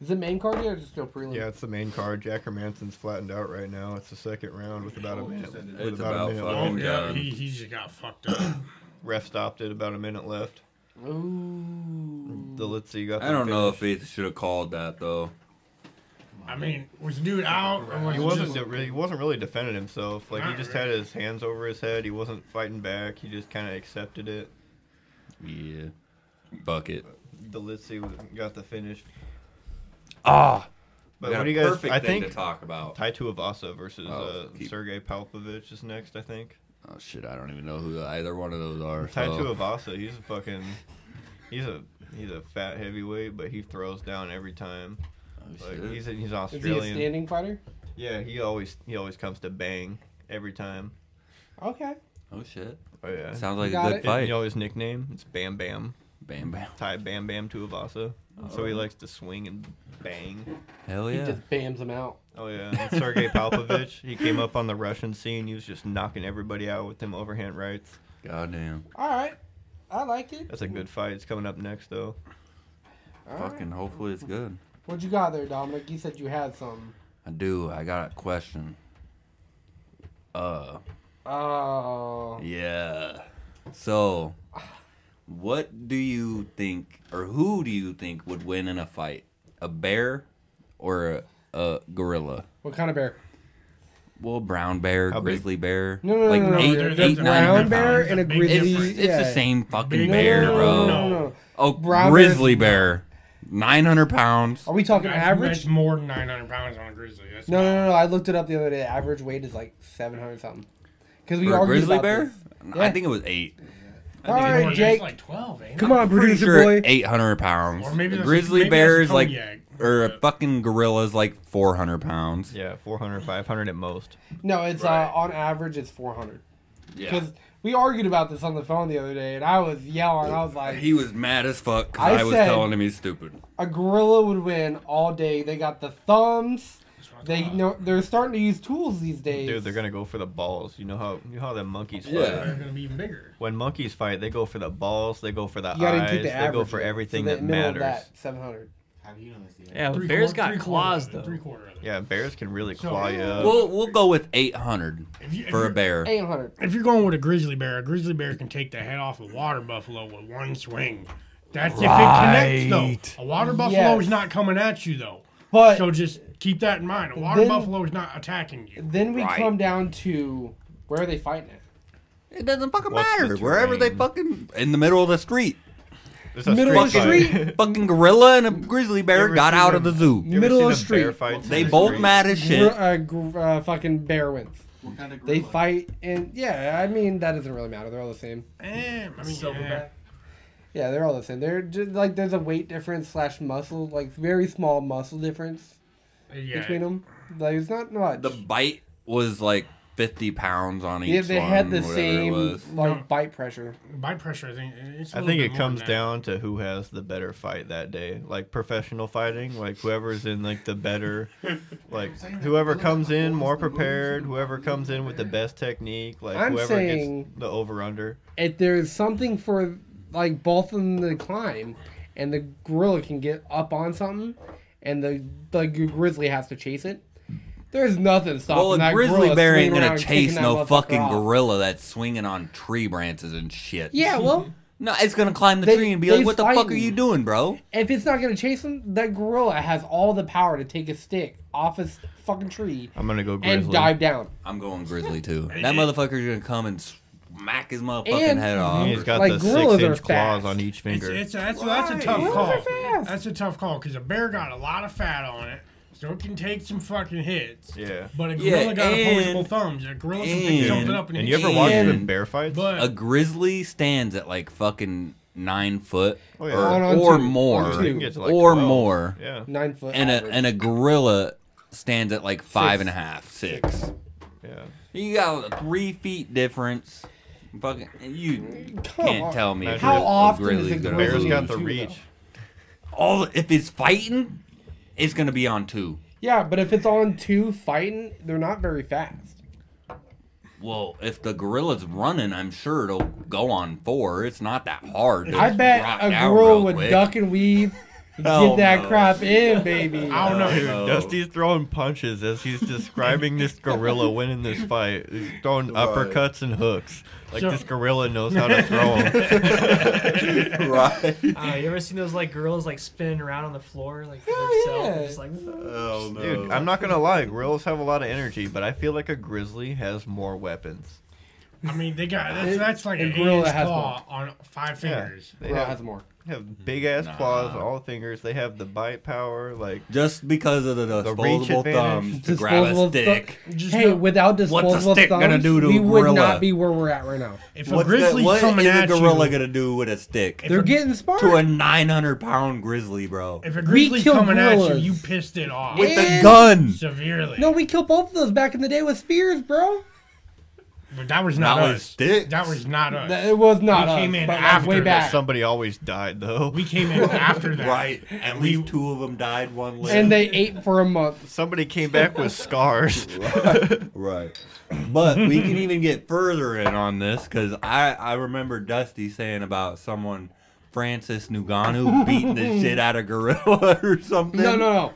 Is it main card yet or just still prelim? Yeah, it's the main card. Jack Manson's flattened out right now. It's the second round with about a Oh, minute. just ended. with It's about left. Oh, fucking yeah, God. he, he just got fucked up. Ref stopped it. About a minute left. Ooh. The let's see. Got I don't know if he should have called that though. I mean, was the dude out? Or was He it wasn't. just- de- really, he wasn't really defending himself. Like he Not just really. had his hands over his head. He wasn't fighting back. He just kind of accepted it. Yeah. Bucket. The let's see got the finish. Ah. But what do you guys? Perfect I thing think to talk about. Tai Tuivasa versus Oh, uh, keep- Sergey Palpovich is next. I think. Oh shit! I don't even know who either one of those are. Tai so- Tuivasa, he's a fucking, he's a he's a fat heavyweight, but he throws down every time. Oh, Like shit. he's he's Is he a Australian. standing fighter? yeah, he always he always comes to bang every time. Okay. Oh shit! Oh yeah. Sounds like Got a good it. Did You fight. know his nickname? It's Bam Bam. Bam bam. Ty Bam Bam Tuivasa. So Oh. he likes to swing and bang. Hell He yeah! just bams him out. Oh yeah. And Sergey Palpovich, he came up on the Russian scene. He was just knocking everybody out with them overhand rights. Goddamn. All right. I like it. That's a good fight. It's coming up next though. All right. Fucking. Hopefully it's good. What you got there, Dominic? You said you had some. I do. I got a question. Uh, Oh. yeah. So, what do you think, or who do you think would win in a fight? A bear or a, a gorilla? What kind of bear? Well, brown bear, How big? grizzly bear. No, no, no, no, no. eight, There's eight, a nine Brown Brown pounds. bear pounds. and a Big grizzly. difference. It's the same fucking Big- bear, No, no, bro. no, no, no. Oh, Brown bear's- grizzly bear, nine hundred pounds. Are we talking That's- average? That's more than 900 pounds on a grizzly. That's No, no, no, no. I looked it up the other day. Average weight is like 700 something. Because we For a argued grizzly about bear? this. I Yeah. think it was eight. All It's right, more- it's Jake. like 12, ain't it? Come on, Pretty producer sure boy. eight hundred pounds. Or maybe A that's- grizzly maybe bear that's is a like, Kodiak. or a fucking gorilla is like four hundred pounds. Yeah, 400, 500 at most. No, it's Right. uh, on average it's 400. Yeah. Because we argued about this on the phone the other day, and I was yelling. I was like, He was mad as fuck I because I, was said- telling him he's stupid. a gorilla would win all day. They got the thumbs. That's what I They thought. know they're starting to use tools these days. Uh-huh. Dude, they're gonna go for the balls. You know how you know how the monkeys fight. Yeah. They're gonna be even bigger. When monkeys fight, they go for the balls, they go for the You gotta eyes, keep the they average. go for in. So everything the that middle of matters. That 700. How do you know this? Yeah, but Three bears quar- got three claws quarter of it, though. Three quarter of it. Yeah, bears can really So- claw you up. We'll we'll go with eight hundred If you- if for a you're- bear. 800. If you're going with a grizzly bear, a grizzly bear can take the head off a water buffalo with one swing. That's if it connects, Right. though. A water buffalo Yes. is not coming at you, though. But so just keep that in mind. A water Then- buffalo is not attacking you. then we Right. come down to where are they fighting at? It doesn't fucking What's the matter. Wherever they terrain? fucking in the middle of the street, It's a Middle of fight. street. fucking gorilla and a grizzly You bear ever got seen out of the them- zoo. You ever Middle seen of the street. bear fights in They the both street? mad as Gr- shit. uh, gr- uh, fucking bear wins. What kind of gorilla? They fight and yeah, I mean that doesn't really matter. They're all the same. Eh, I mean, yeah. Silverback. Yeah, they're all the same. They're just like there's a weight difference slash muscle, like very small muscle difference Yeah. between them. Like it's not much. The bite was like 50 pounds on each yeah, they one, had the whatever it same was. like No. bite pressure. Bite pressure, I think. It's a I little think bit it more comes than that. down to who has the better fight that day. Like professional fighting, like whoever's in like the better, like whoever comes in more prepared, whoever comes in with the best technique, like I'm whoever saying- gets the over under. If there's something for like both of them to climb, and the gorilla can get up on something, and the like the grizzly has to chase it. There's nothing stopping Well, a that grizzly gorilla bear ain't swinging gonna around chase kicking that no motherfucker fucking off. gorilla that's swinging on tree branches and shit. Yeah, well, No, it's gonna climb the They- tree and be they like, "What the fuck are fighting. you doing, bro?" if it's not gonna chase him, that gorilla has all the power to take a stick off his fucking tree I'm gonna go and grizzly. dive down. I'm going grizzly too. That motherfucker's gonna come and smack his motherfucking And- head off. He's got Like, the gorillas six are inch claws fast. on each It's, finger. it's a, that's, that's a Why? tough Why call. is it fast? That's a tough call because a bear got a lot of fat on it, so it can take some fucking hits. yeah. But a Yeah, gorilla got and- opposable thumbs. A gorilla can and- pick something up and, And you hit ever watch And- the bear fights? But A grizzly stands at like fucking nine foot Oh, yeah. or, On- on or two. more, On You can get to, like, or 12. more, Yeah. Nine foot. and a average. and a gorilla stands at like five and a half, six. Yeah. You got three feet difference. Fucking, you Come can't on. tell me How if a often is grizzly's a gonna gorilla Bear's lose. got the Two, though. reach. all if it's fighting, it's gonna be on two. Yeah, but if it's on two fighting, they're not very fast. Well, if the gorilla's running, I'm sure it'll go on four. It's not that hard. to I bet drop a down girl real would quick. duck and weave, Hell get that no. crap in, baby. I don't know. Dude, Oh. Dusty's throwing punches as he's describing this gorilla winning this fight. He's throwing uppercuts and hooks. Like So- this gorilla knows how to throw them. right? Uh, you ever seen those like girls like spinning around on the floor like for Hell themselves? yeah. Just like Oh Dude, I'm not gonna lie, gorillas have a lot of energy, but I feel like a grizzly has more weapons. I mean, they got that's, It- that's like a an gorilla gorilla has claw on five Yeah, fingers. they Bro has have, more. have big ass Nah. claws, all fingers. They have the bite power. Like Just because of the reach disposable advantage. thumbs to grab Disposable a thu- stick. Just Hey, know- without the disposable stick thumbs, gonna do to a we would gorilla? not be where we're at right now. if a What's the- grizzly's what coming is at a gorilla you, gonna do with a stick? They're getting smart. to a 900 pound grizzly, bro, if a grizzly's kill coming at gorillas. you, you pissed it off with a And- gun. severely. no, we killed both of those back in the day with spears, bro. But that was Not not with us. sticks. That was not us. That- it was not We us, came in but after way that. back. somebody always died though. we came in after that. Right. At least two of them died. One lived. and they ate for a month. somebody came back with scars. Right. But we can even get further in on this because I, I remember Dusty saying about someone, Francis Nuganu, beating the shit out of Gorilla or something. No, no, no.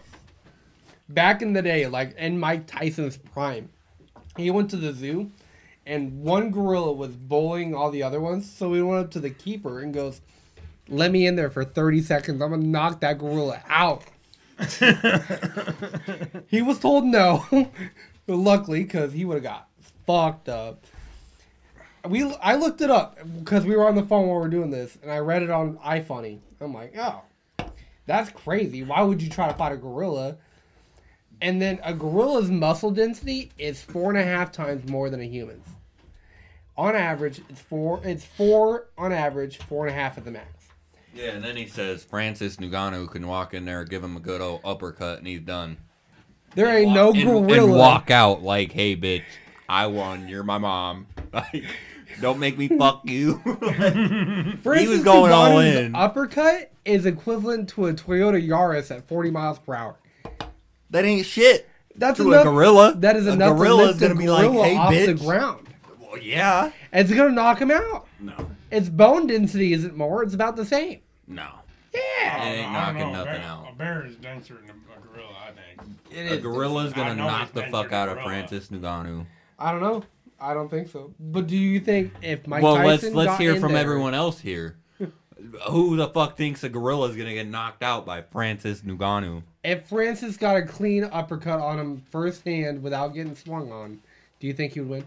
Back in the day, like in Mike Tyson's prime, he went to the zoo, and one gorilla was bullying all the other ones. So he went up to the keeper and goes, "Let me in there for thirty seconds. I'm gonna knock that gorilla out." he was told no, but luckily, because he would have got fucked up. We I looked it up because we were on the phone while we were doing this, and I read it on iFunny. I'm like, oh, that's crazy. Why would you try to fight a gorilla? And then a gorilla's muscle density is four and a half times more than a human's. On average, it's four. It's four on average, four and a half at the max. Yeah, and then he says Francis Nuganu can walk in there, give him a good old uppercut, and he's done. There ain't no and, gorilla. and walk out like, hey, bitch, I won. You're my mom. Like, don't make me fuck you. For He was instance, going all Duganu's in. Uppercut is equivalent to a Toyota Yaris at 40 miles per hour. that ain't shit. That's To a enough, gorilla, That is a enough. gorilla to is lift a gonna be like, gorilla "Hey, off the bitch." ground. Well, yeah. It's gonna knock him out. No. Its bone density isn't more. It's about the same. No. I don't It ain't know, I don't knocking know, a nothing bear- out. A bear is denser than a gorilla, I think. A gorilla's I gonna know knock it's the been fuck your out of gorilla. Francis Nuganu. I don't know. I don't think so. But do you think if Mike well, let's Tyson let's got hear in from there- everyone else here. Who the fuck thinks a gorilla is gonna get knocked out by Francis Nuganu? If Francis got a clean uppercut on him first hand without getting swung on, do you think he would win?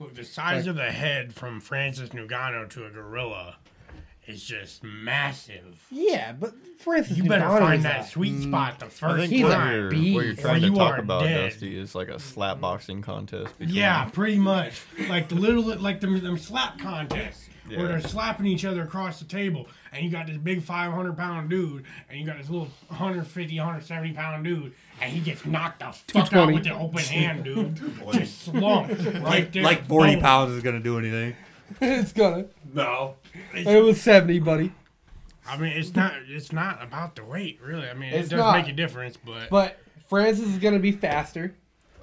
Look, the size of the head from Francis Nugano to a gorilla is just massive. Yeah, but for instance, You better Devon find is that a- sweet spot the I first think what a time. you're, beast. what you're trying You to talk are about, dead. Dusty, is like a slap boxing contest. Between Yeah, pretty much. Like the little, like them, them slap contests where they're slapping each other across the table, and you got this big 500 pound dude, and you got this little 150, 170 pound dude, and he gets knocked the fuck out 220. with the open hand, dude. Just slumped right there. Like 40 Boom. pounds is going to do anything. it's gonna. No. It was seventy, buddy. I mean, it's not, it's not about the weight, really. I mean, It's it does not. make a difference, but, But Francis is gonna be faster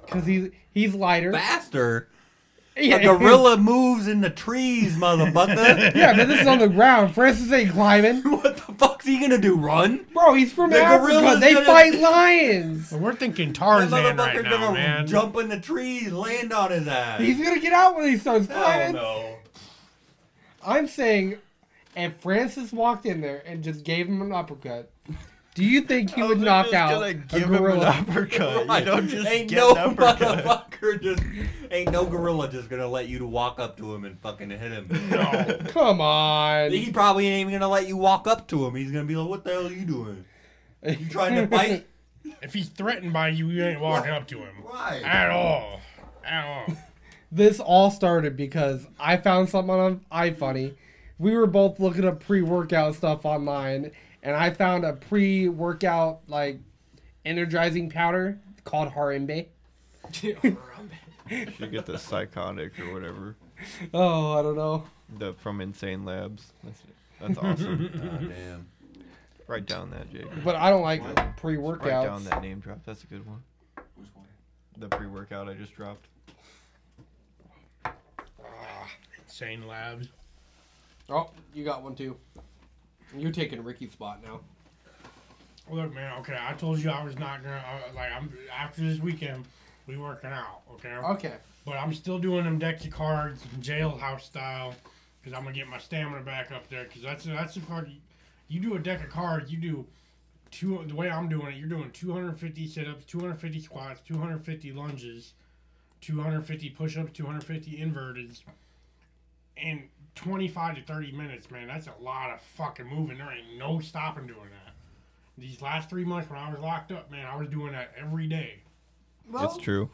because he's he's lighter. Faster. yeah, A gorilla moves in the trees, motherfucker. yeah, but this is on the ground. Francis ain't climbing, what the fuck's he going to do? Run? bro. He's from The Africa. gorilla's They gonna- fight lions. we're thinking That Tarzan motherfucker's right now, gonna man. jump in the trees, land on his ass. He's gonna get out when he starts Hell climbing. no. I'm saying, if Francis walked in there and just gave him an uppercut, do you think he would knock out Gonna a give him an gorilla? uppercut. Right. You don't just ain't get no an uppercut. motherfucker just ain't no gorilla just gonna let you to walk up to him and fucking hit him. No. Come on. He probably ain't even gonna let you walk up to him. He's gonna be like, "What the hell are you doing? You trying to fight?" If he's threatened by you, you ain't walking up to him right. at all. At all. this all started because I found something on iFunny. We were both looking up pre-workout stuff online, and I found a pre-workout like energizing powder called Harambe. You get the psychotic or whatever Oh, I don't know. the, from Insane Labs. That's, that's awesome. Oh, damn. Write down that, Jake. But I don't like Write down pre-workouts. that name drop. That's a good one. The pre-workout I just dropped. Insane Labs. Oh, you got one too. You're taking Ricky's spot now. Look, man. Okay, I told you I was not gonna uh, like. I'm after this weekend. We working out, okay? Okay. But I'm still doing them deck of cards, jailhouse style, because I'm gonna get my stamina back up there. Because that's that's the fucking. You do a deck of cards, you do two. The way I'm doing it, you're doing 250 sit-ups, 250 squats, 250 lunges, 250 push-ups, 250 inverteds, in 25 to 30 minutes. Man, that's a lot of fucking moving. There ain't no stopping doing that. These last three months when I was locked up, man, I was doing that every day. It's true.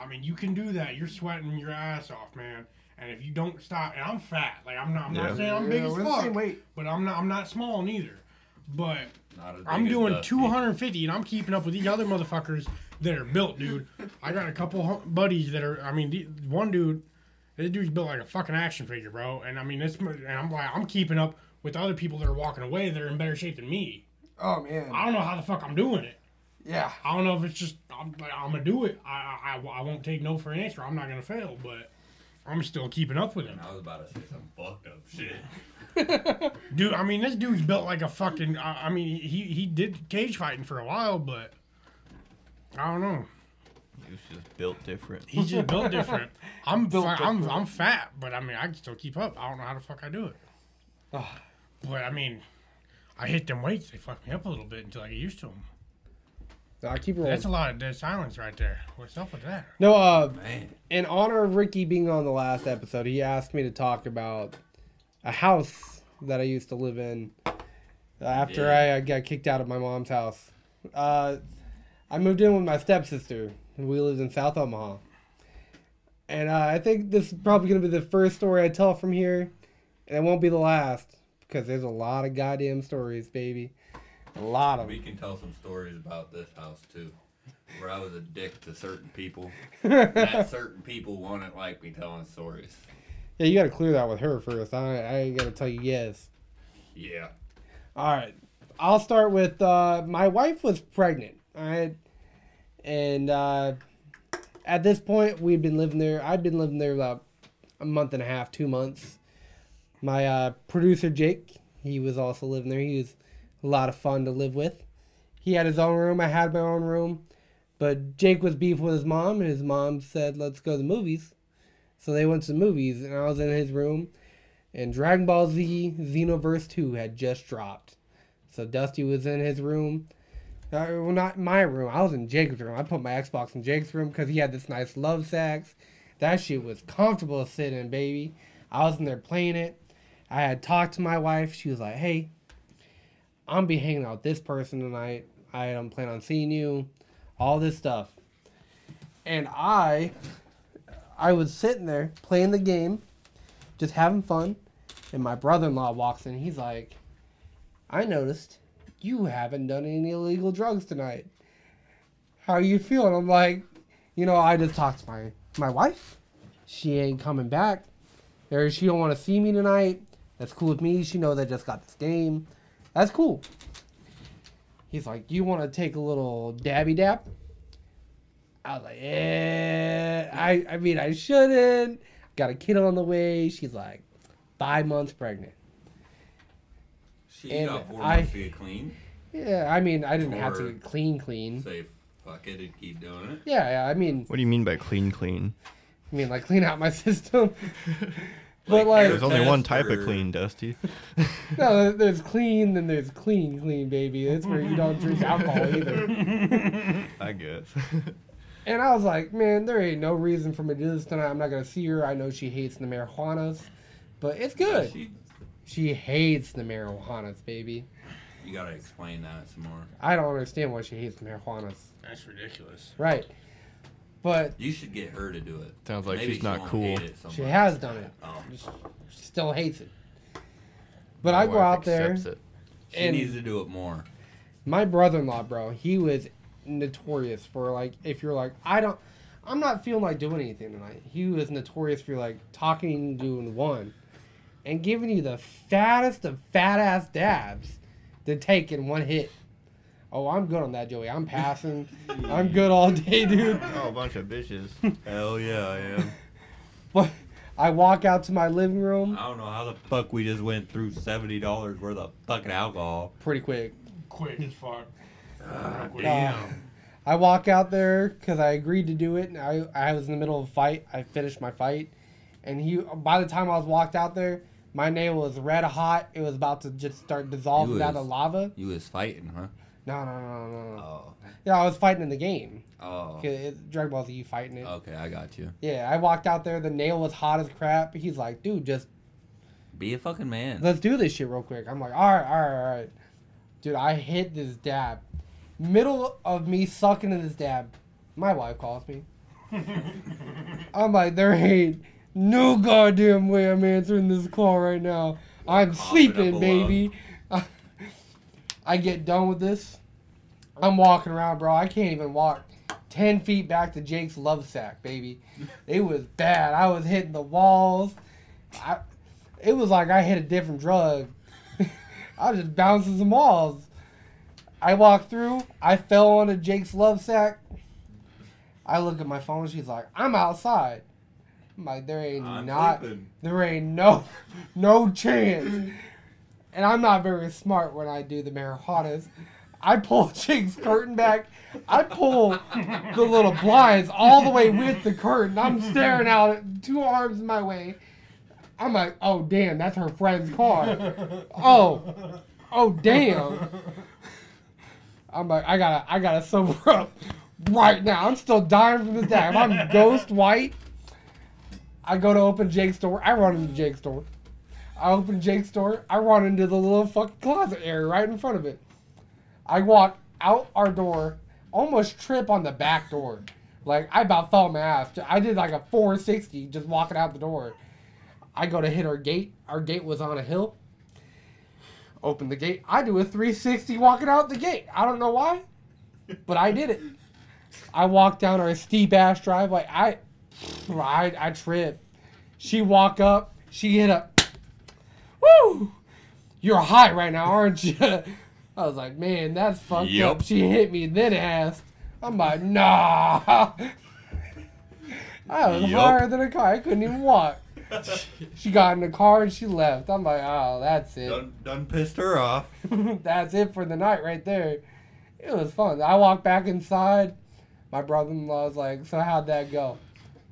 I mean, you can do that. You're sweating your ass off, man. And if you don't stop, and I'm fat, like I'm not, I'm Yeah. not saying I'm big as we're the same fuck, weight. but I'm not, I'm not small neither. But Not as I'm big as doing Dusty. 250, and I'm keeping up with these other motherfuckers that are built, dude. I got a couple hu- buddies that are. I mean, the- one dude, this dude's built like a fucking action figure, bro. And I mean, this, mo- and I'm like, I'm keeping up with other people that are walking away that are in better shape than me. Oh man. I don't know how the fuck I'm doing it. Yeah. I don't know if it's just I'm, like, I'm gonna do it. I, I- I I won't take no for an answer. I'm not gonna fail, but I'm still keeping up with him, I was about to say some fucked up shit. dude. I mean, this dude's built like a fucking. I, I mean, he he did cage fighting for a while, but I don't know. It was just built different. He's just built different. I'm Built fi- I'm different. I'm fat, but I mean, I can still keep up. I don't know how the fuck I do it. Ah. But I mean, I hit them weights. They fuck me up a little bit until I get used to them. I keep rolling. That's a lot of dead silence right there. What's up with that? No, uh, Man, in honor of Ricky being on the last episode, he asked me to talk about a house that I used to live in uh, after I uh, got kicked out of my mom's house. Uh, I moved in with my stepsister, and we lived in South Omaha. And uh, I think this is probably going to be the first story I tell from here, and it won't be the last because there's a lot of goddamn stories, baby. A lot of we them. can tell some stories about this house too, where I was a dick to certain people. yeah, That certain people wanted like me telling stories. you got to clear that with her first. I, I ain't got to tell you yes. Yeah. All right. I'll start with uh, my wife was pregnant. All right. And uh, at this point, we've been living there. I've been living there about a month and a half, two months. My uh, producer, Jake, he was also living there. He was a lot of fun to live with. He had his own room. I had my own room. But Jake was beef with his mom, and his mom said, let's go to the movies. So they went to the movies, and I was in his room and Dragon Ball Z Xenoverse 2 had just dropped. So Dusty was in his room. Uh, well, not my room. I was in Jacob's room. I put my Xbox in Jake's room because he had this nice love sacks. That shit was comfortable to sit in, baby. I was in there playing it. I had talked to my wife. She was like, "Hey, I'm be hanging out with this person tonight. I don't plan on seeing you. All this stuff." And I, I was sitting there playing the game, just having fun, and my brother-in-law walks in. He's like, "I noticed you haven't done any illegal drugs tonight. How are you feeling?" I'm like, "You know, I just talked to my my wife. She ain't coming back." Or she don't want to see me tonight. That's cool with me. She knows I just got this game. That's cool. He's like, you want to take a little dabby dap? I was like, yeah. I, I mean, I shouldn't. Got a kid on the way. She's like five months pregnant. She And got four I- months to get clean. Yeah, I mean, I didn't have to Or- get clean, clean. Say fuck it and keep doing it. Yeah, yeah. I mean, What do you mean by clean, clean? I mean, like clean out my system. But, like- There's only one type of Tester. clean, Dusty. no, there's clean, then there's clean, clean, baby. That's where you don't drink alcohol either. I guess. And I was like, man, there ain't no reason for me to do this tonight. I'm not gonna see her. I know she hates the marijuanas, but it's good. She, She, hates the marijuanas, baby. you gotta explain that some more. I don't understand why she hates the marijuanas. That's ridiculous. Right. But You should get her to do it. Sounds like Maybe she's she not won't cool. hate it so she much. has done it. Oh. She still hates it. But I go out there. She And- needs to do it more. my brother-in-law bro he was notorious for like if you're like i don't i'm not feeling like doing anything tonight he was notorious for like talking doing one and giving you the fattest of fat ass dabs to take in one hit oh i'm good on that joey i'm passing i'm good all day dude Oh, a bunch of bitches. Hell yeah, I am. but i walk out to my living room I don't know how the fuck we just went through seventy dollars worth of fucking alcohol. pretty quick Quick as fuck. Real quick. I walk out there because I agreed to do it, and I, I was in the middle of a fight. I finished my fight, and he. By the time I was walked out there, my nail was red hot. It was about to just start dissolving You out of was- lava. You was fighting, huh? No, no, no, no, no. Oh, Yeah, I was fighting in the game. oh. 'Cause It, Dragon Ball Z, you fighting it. Okay, I got you. Yeah, I walked out there. The nail was hot as crap. He's like, dude, just Be a fucking man. let's do this shit real quick. I'm like, all right, all right, all right. Dude, I hit this dab. Middle of me sucking in this dab, my wife calls me. I'm like, there ain't no goddamn way I'm answering this call right now. Coughing I'm up sleeping, a baby. I get done with this. I'm walking around, bro. I can't even walk. 10 feet back to Jake's love sack, baby. It was bad. I was hitting the walls. I, it was like I hit a different drug. I was just bouncing some walls. I walked through. I fell onto Jake's love sack. I look at my phone. She's like, "I'm outside." I'm like, "There ain't I'm not. sleeping. There ain't no, no chance." And I'm not very smart when I do the marijuanas. I pull Jake's curtain back. I pull the little blinds all the way with the curtain. I'm staring out at two arms my way. I'm like, oh damn, that's her friend's car. Oh, oh damn. I'm like, I gotta, I gotta sober up right now. I'm still dying from this dab. I'm ghost white. I go to open Jake's door. I run into Jake's door. I open Jake's door. I run into the little fucking closet area right in front of it. I walk out our door, almost trip on the back door. Like I about fell on my ass. I did like a 460 just walking out the door. I go to hit our gate. Our gate was on a hill. Open the gate. I do a 360 walking out the gate. I don't know why, but I did it. I walked down our steep ass driveway. I, I, I tripped. She walk up. She hit a. Woo! You're high right now, aren't you? I was like, man, that's fucked up. Yup. She hit me then asked. I'm like, nah. I was Yup. higher than a car. I couldn't even walk. She got in the car and she left. I'm like, oh, that's it. Done, done pissed her off. that's it for the night right there. It was fun. I walked back inside. My brother in law's like, so how'd that go?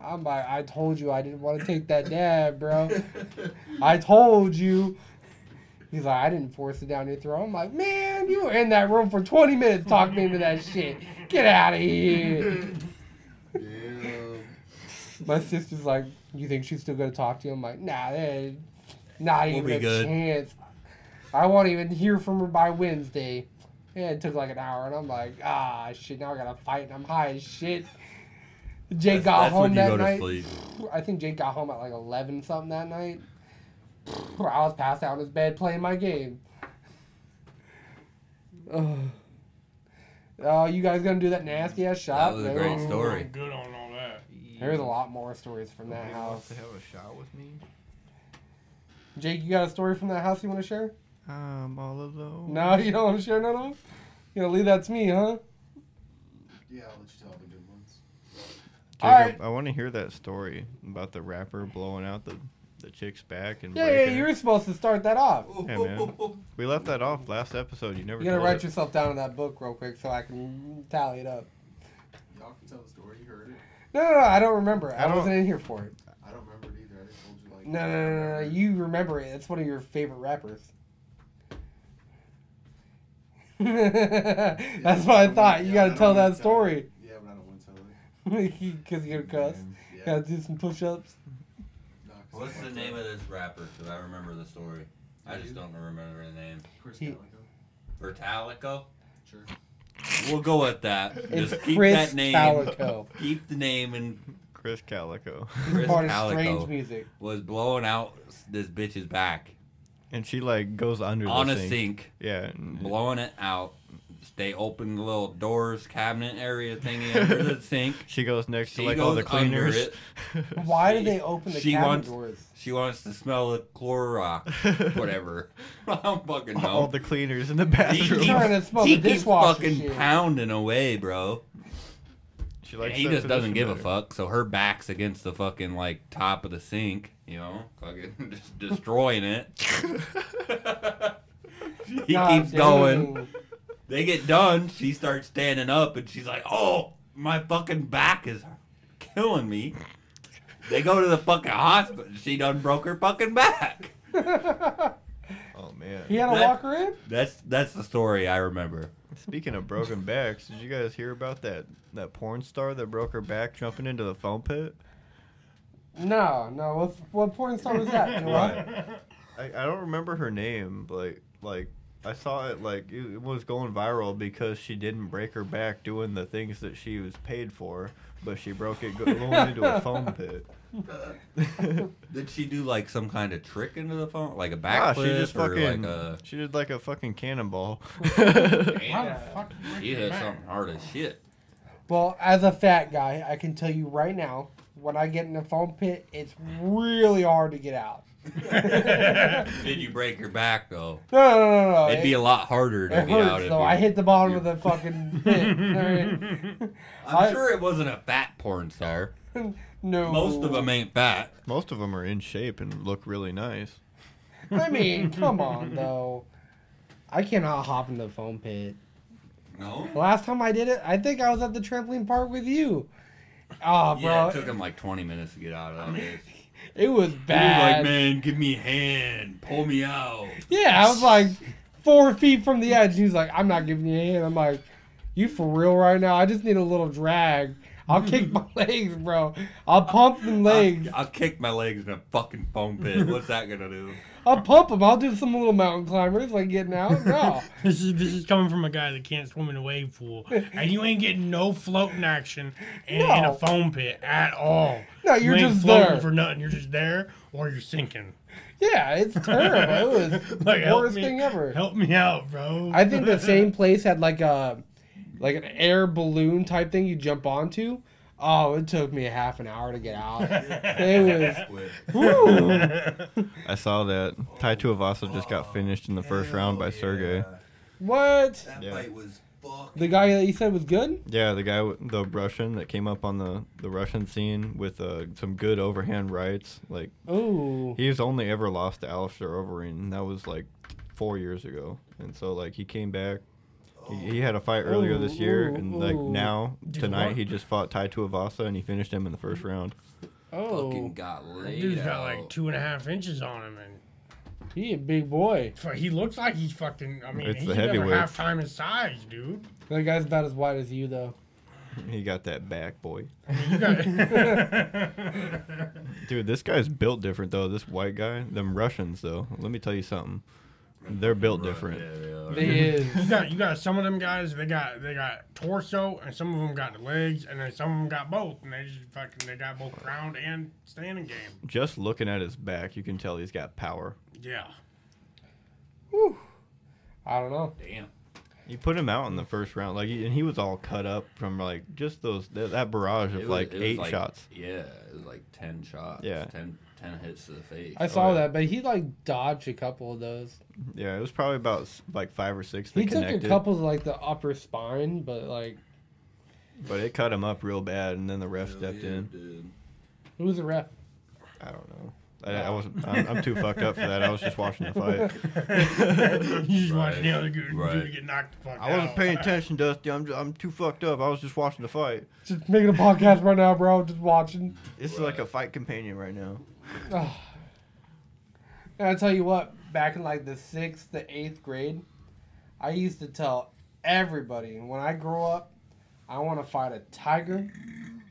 I'm like, I told you I didn't want to take that dab, bro. I told you. He's like, I didn't force it down your throat. I'm like, man, you were in that room for 20 minutes talking me into that shit. Get out of here. My sister's like, "You think she's still gonna talk to you?" I'm like, "Nah, that, Not We'll even be a good. chance. I won't even hear from her by Wednesday. Yeah, it took like an hour, and I'm like, ah, shit. Now I gotta fight, and I'm high as shit. That's, Jake got that's home when you that go night. to sleep. I think Jake got home at like eleven something that night. I was passed out in his bed playing my game. Ugh. Oh, you guys gonna do that nasty ass shot? That was a There great story. I'm good on all that. There's a lot more stories from that Nobody wants house. to have a shot with me. Jake, you got a story from that house you want to share? Um, I'm all alone. No, you don't want to share none of them. You gonna leave that to me, huh? Yeah, I'll let you tell the good ones. All right. I want to hear that story about the rapper blowing out the, the chick's back and Yeah, yeah. breaking You her. were supposed to start that off. Yeah, man. We left that off last episode. You never. You gotta told write it. yourself down in that book real quick so I can tally it up. Y'all can tell the story. You heard it. No, no, no. I don't remember. I, I don't- wasn't in here for it. I don't remember it either. I just told you like. No, no, no, no, no. You remember it. It's one of your favorite rappers. That's what I thought. You gotta tell that story. Yeah, but I don't want to tell it. Because you're gonna cuss. Yeah. Gotta do some push ups. no, 'cause What's it's the like name that. of this rapper? Because I remember the story. I just don't remember the name. Chris He- Calico. Vertalico? Sure. We'll go with that. It's just keep Chris that name. Calico. Keep the name and Chris Calico. He's Chris part of Strange Calico Music. was blowing out s- this bitch's back And she like goes under on the a sink, Yeah. and- blowing it out. They opened the little doors, cabinet area thingy under the sink. She goes next to She like all the goes under cleaners. Why did they open the she cabin wants- doors? She wants to smell the Clorox, whatever. I don't fucking all know. the cleaners in the He bathroom. keeps- Trying to smell he the keeps dishwasher fucking shit. pounding away, bro. She And likes he that just doesn't tradition give a better. fuck. So her back's against the fucking like top of the sink, you know, fucking just destroying it. he God keeps going. dang. They get done. She starts standing up, and she's like, "Oh, my fucking back is killing me." They go to the fucking hospital. She done broke her fucking back. Oh man. He had to That- walk her in? That's that's the story I remember. Speaking of broken backs, did you guys hear about that that porn star that broke her back jumping into the foam pit? No, no. What, what porn star was that? Noah? I, I don't remember her name, but like, like I saw it like it, it was going viral because she didn't break her back doing the things that she was paid for, but she broke it go- going into a foam pit. Did she do like some kind of trick into the phone, like a Ah, backflip she just or fucking like a? she did like a fucking cannonball. How the Yeah. fuck? you break She your had back? something hard as shit. Well, as a fat guy, I can tell you right now, when I get in a foam pit, it's really hard to get out. Did you break your back though? No, no, no, no. It'd it- be a lot harder to It get out. hurts if though. you- I hit the bottom you- of the fucking pit. Sorry. I'm I- sure it wasn't a fat porn star. no. Most of them ain't fat. Most of them are in shape and look really nice. I mean, come on though. I cannot hop in the foam pit. No. Last time I did it, I think I was at the trampoline park with you. Oh, bro, Yeah, it it, took him like 20 minutes to get out of that. bitch. was He was bad. like, man, give me a hand, pull me out. yeah, I was like four feet from the edge. He was like, "I'm not giving you a hand." I'm like, "You for real right now? I just need a little drag. I'll kick my legs, bro. I'll pump them legs. I'll, I'll kick my legs in a fucking foam pit. What's that gonna do? I'll pump them. I'll do some little mountain climbers like getting out. No." This is this is coming from a guy that can't swim in a wave pool, and you ain't getting no floating action in, in No. a foam pit at all. No, you're you ain't just floating there. for nothing. You're just there, or you're sinking. Yeah, it's terrible. It was Like, the help worst me- thing ever. Help me out, bro. I think the same place had like a like an air balloon type thing you jump onto. Oh, it took me a half an hour to get out. It Quit. was whew. I saw that Tai Tuivasa just got finished in the first round by Sergey. what? That Yeah. fight was fucking. The guy that you said was good? Yeah, the guy, with- the Russian that came up on the, the Russian scene with uh, some good overhand rights. Like Ooh. he's only ever lost to Alistair Overeem, and that was like four years ago. And so like he came back. He, he had a fight earlier this year, Ooh, and like ooh. now Did tonight what? he just fought Tai Tuivasa and he finished him in the first round. Fucking Oh, got laid Dude's got out. like two and a half inches on him, and he a big boy. f- he looks like he's fucking. I mean, It's he's the never heavyweight. half time his size, dude. That guy's about as wide as you though. He got that back, boy. I mean, you got. Dude, this guy's built different though. This white guy, them Russians though. Let me tell you something. They're built different. They is. You got you got some of them guys. They got they got torso, and some of them got the legs, and then some of them got both, and they just fucking they got both ground and standing game. Just looking at his back, you can tell he's got power. Yeah, Whew. I don't know. Damn. You put him out in the first round, like, and he was all cut up from like just those that, that barrage of It was- like it was eight shots. Yeah, it was like ten shots. Yeah. 10, 10 hits to the face. I saw yeah. that, but he like dodged a couple of those. Yeah, it was probably about s- like five or six that He took connected, a couple of like the upper spine, but like but it cut him up real bad, and then the ref stepped in. Dude. who was the ref? I don't know. I, I was I'm, I'm too fucked up for that. I was just watching the fight. you just watch Right. the other dude, Right. dude get knocked the fuck out. I wasn't paying attention, Dusty. I'm just, I'm too fucked up. I was just watching the fight. Just making a podcast right now, bro. Just watching. This is like a fight companion right now. Ugh. And I tell you what, back in like the sixth to eighth grade, I used to tell everybody when I grow up, I want to fight a tiger,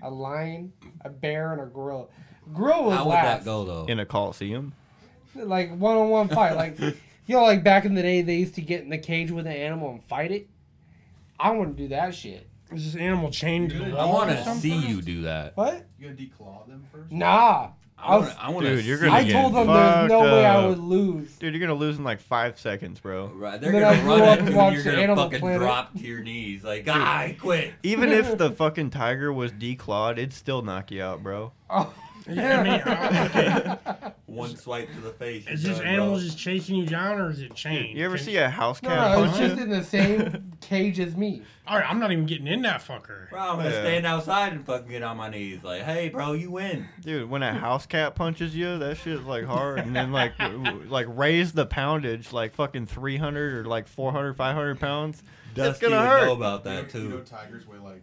a lion, a bear, and a gorilla. Gorilla was How would last. that go though? In a coliseum. like one on one fight. Like you know, like back in the day, they used to get in the cage with an animal and fight it. I want to do that shit. Is this animal chained to the I wall? want or to something? see you do that. What? You gonna declaw them first? Nah. I I was- want. I want to. Dude, you're gonna I get told them there's fucked no way I up. would lose. Dude, you're gonna lose in like five seconds, bro. Right, they're Then gonna I grew run up at and you. watched and You're gonna Animal fucking Planet. drop to your knees, like ah, I quit. Even if the fucking tiger was declawed, it'd still knock you out, bro. Oh. Yeah, I mean, I- okay. One swipe to the face. Is you're this done, animal bro. just chasing you down, or is it chained? You ever Can- see a house No, cat? no, it's punch just you? in the same cage as me. All right, I'm not even getting in that fucker. Bro, I'm gonna Yeah. stand outside and fucking get on my knees. Like, hey, bro, you win. Dude, when a house cat punches you, that shit's like hard. And then like w- w- like raise the poundage like fucking 300 or like 400, 500 pounds. That's Dusty gonna would hurt. know about You know- that You know, too. tigers weigh like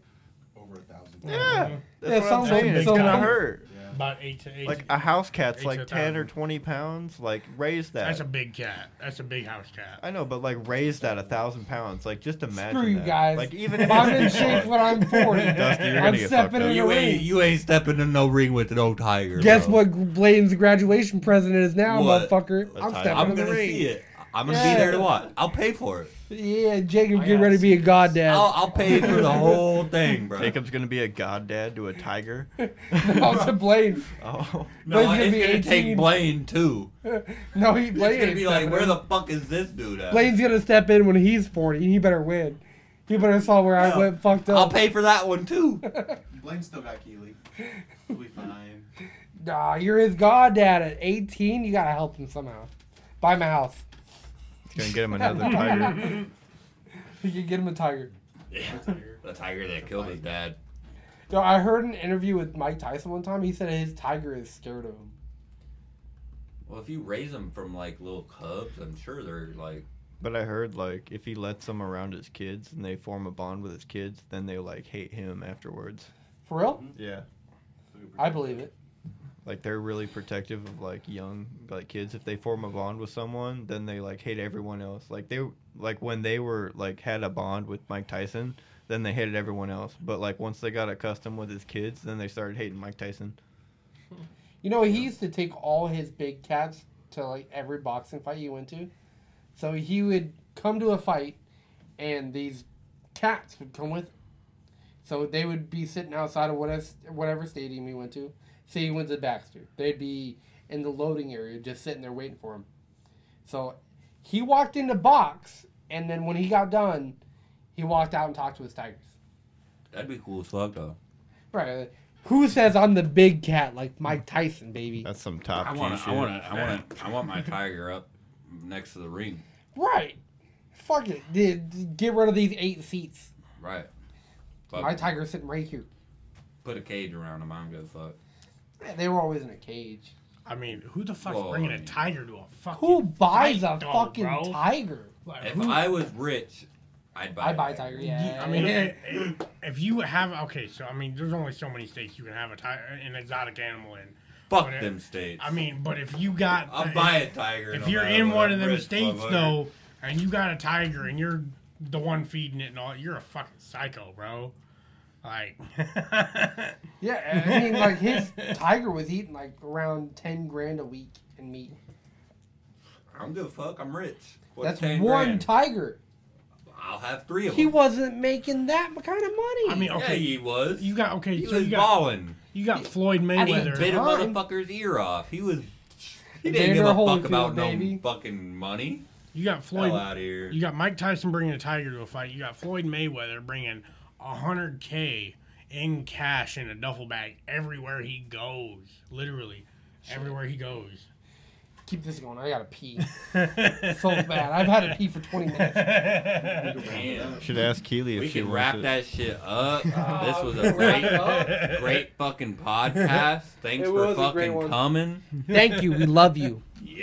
over a thousand. Yeah. That's Yeah, what I'm sounds saying. like- It's so- gonna hurt. Yeah. About eight to eight. Like a house cat's Eight to like a 10 or thousand. 20 pounds. Like raise that's that. a big cat. That's a big house cat. I know, but like raise that a thousand pounds. Like just imagine. Screw you that. guys. Like even If if I'm in it's shape when I'm 40, Dusty, you're I'm gonna get stepping in fucked up. the You ain't ring. you ain't stepping in no ring with no tiger. Guess bro. what Bladen's graduation present is now, What? motherfucker? A I'm tiger. stepping I'm in the gonna ring. see it. I'm gonna Yeah. be there to watch. I'll pay for it. Yeah, Jacob, I get ready to be a goddad. I'll, I'll pay for the whole thing, bro. Jacob's gonna be a goddad to a tiger. no, to Blaine. Oh, no, Blade's gonna it's be gonna 18. take Blaine too. No, he He's Blaine. gonna ain't be like, stepping where in. the fuck is this dude at? Blaine's gonna step in when he's 40, and he better win. He better saw where I Yeah. went fucked up. I'll pay for that one too. Blaine's still got Keely. We'll be fine. Nah, you're his goddad at 18. You gotta help him somehow. Buy him a house. it's gonna get him another tiger. You can get him a tiger. Yeah. The tiger that killed his dad. Yo, I heard an interview with Mike Tyson one time. He said his tiger is scared of him. Well, if you raise them from like little cubs, I'm sure they're like. But I heard like if he lets them around his kids and they form a bond with his kids, then they like hate him afterwards. For real? Yeah, I believe it. like they're really protective of like young like kids. If they form a bond with someone, then they like hate everyone else. Like they like when they were like had a bond with Mike Tyson, then they hated everyone else. But like once they got accustomed with his kids, then they started hating Mike Tyson. You know, he used to take all his big cats to like every boxing fight he went to. So he would come to a fight, and these cats would come with. Him. So they would be sitting outside of whatever whatever stadium he went to. Say he went to Baxter, they'd be in the loading area, just sitting there waiting for him. So he walked into box, and then when he got done, he walked out and talked to his tigers. That'd be cool as fuck though. Right? Who says I'm the big cat like Mike Tyson, baby? That's some top I G want. shit. I want. I want. I want my tiger up next to the ring. Right. Fuck it. Dude, d- Get rid of these eight seats. Right. Fuck My it. tiger's sitting right here. Put a cage around him. I don't give a fuck. Man, They were always in a cage. I mean, who the fuck's Well, bringing I a mean- tiger to a fucking? Who buys fight, a though, fucking bro? tiger? Like, If who- I was rich, I'd buy. I buy a a tiger. Yeah, Yeah. I mean, i- i- if you have okay, so I mean, there's only so many states you can have a tiger, an exotic animal in. Fuck But, uh, them states. I mean, but if you got, I'll the- buy a tiger. If no you're matter in what. one I'm of them rich, states motherfucker. though, and you got a tiger and you're the one feeding it and all, you're a fucking psycho, bro. Like, Yeah, I mean, like his tiger was eating like around ten grand a week in meat. I don't give a fuck. I'm rich. That's 10 one grand? tiger. I'll have three of He them. wasn't making that kind of money. I mean, Okay, okay, he was. you got okay, He so was you got balling. you got Floyd And he bit Mayweather. a time. motherfucker's ear off. He was. He Vander didn't give a Holyfield, fuck about baby. no fucking money. You got Hell Floyd. out of here. You got Mike Tyson bringing a tiger to a fight. You got Floyd Mayweather bringing hundred k in cash in a duffel bag everywhere he goes. Literally, everywhere he goes. Keep this going. I gotta pee so bad. I've had to pee for twenty minutes. Damn. Should ask Keely if We she can wants wrap it. that shit up. Uh, this was we Oh, a can wrap great, it up. great fucking podcast. Thanks It for was a great fucking one. coming. Thank you. We love you. Yep.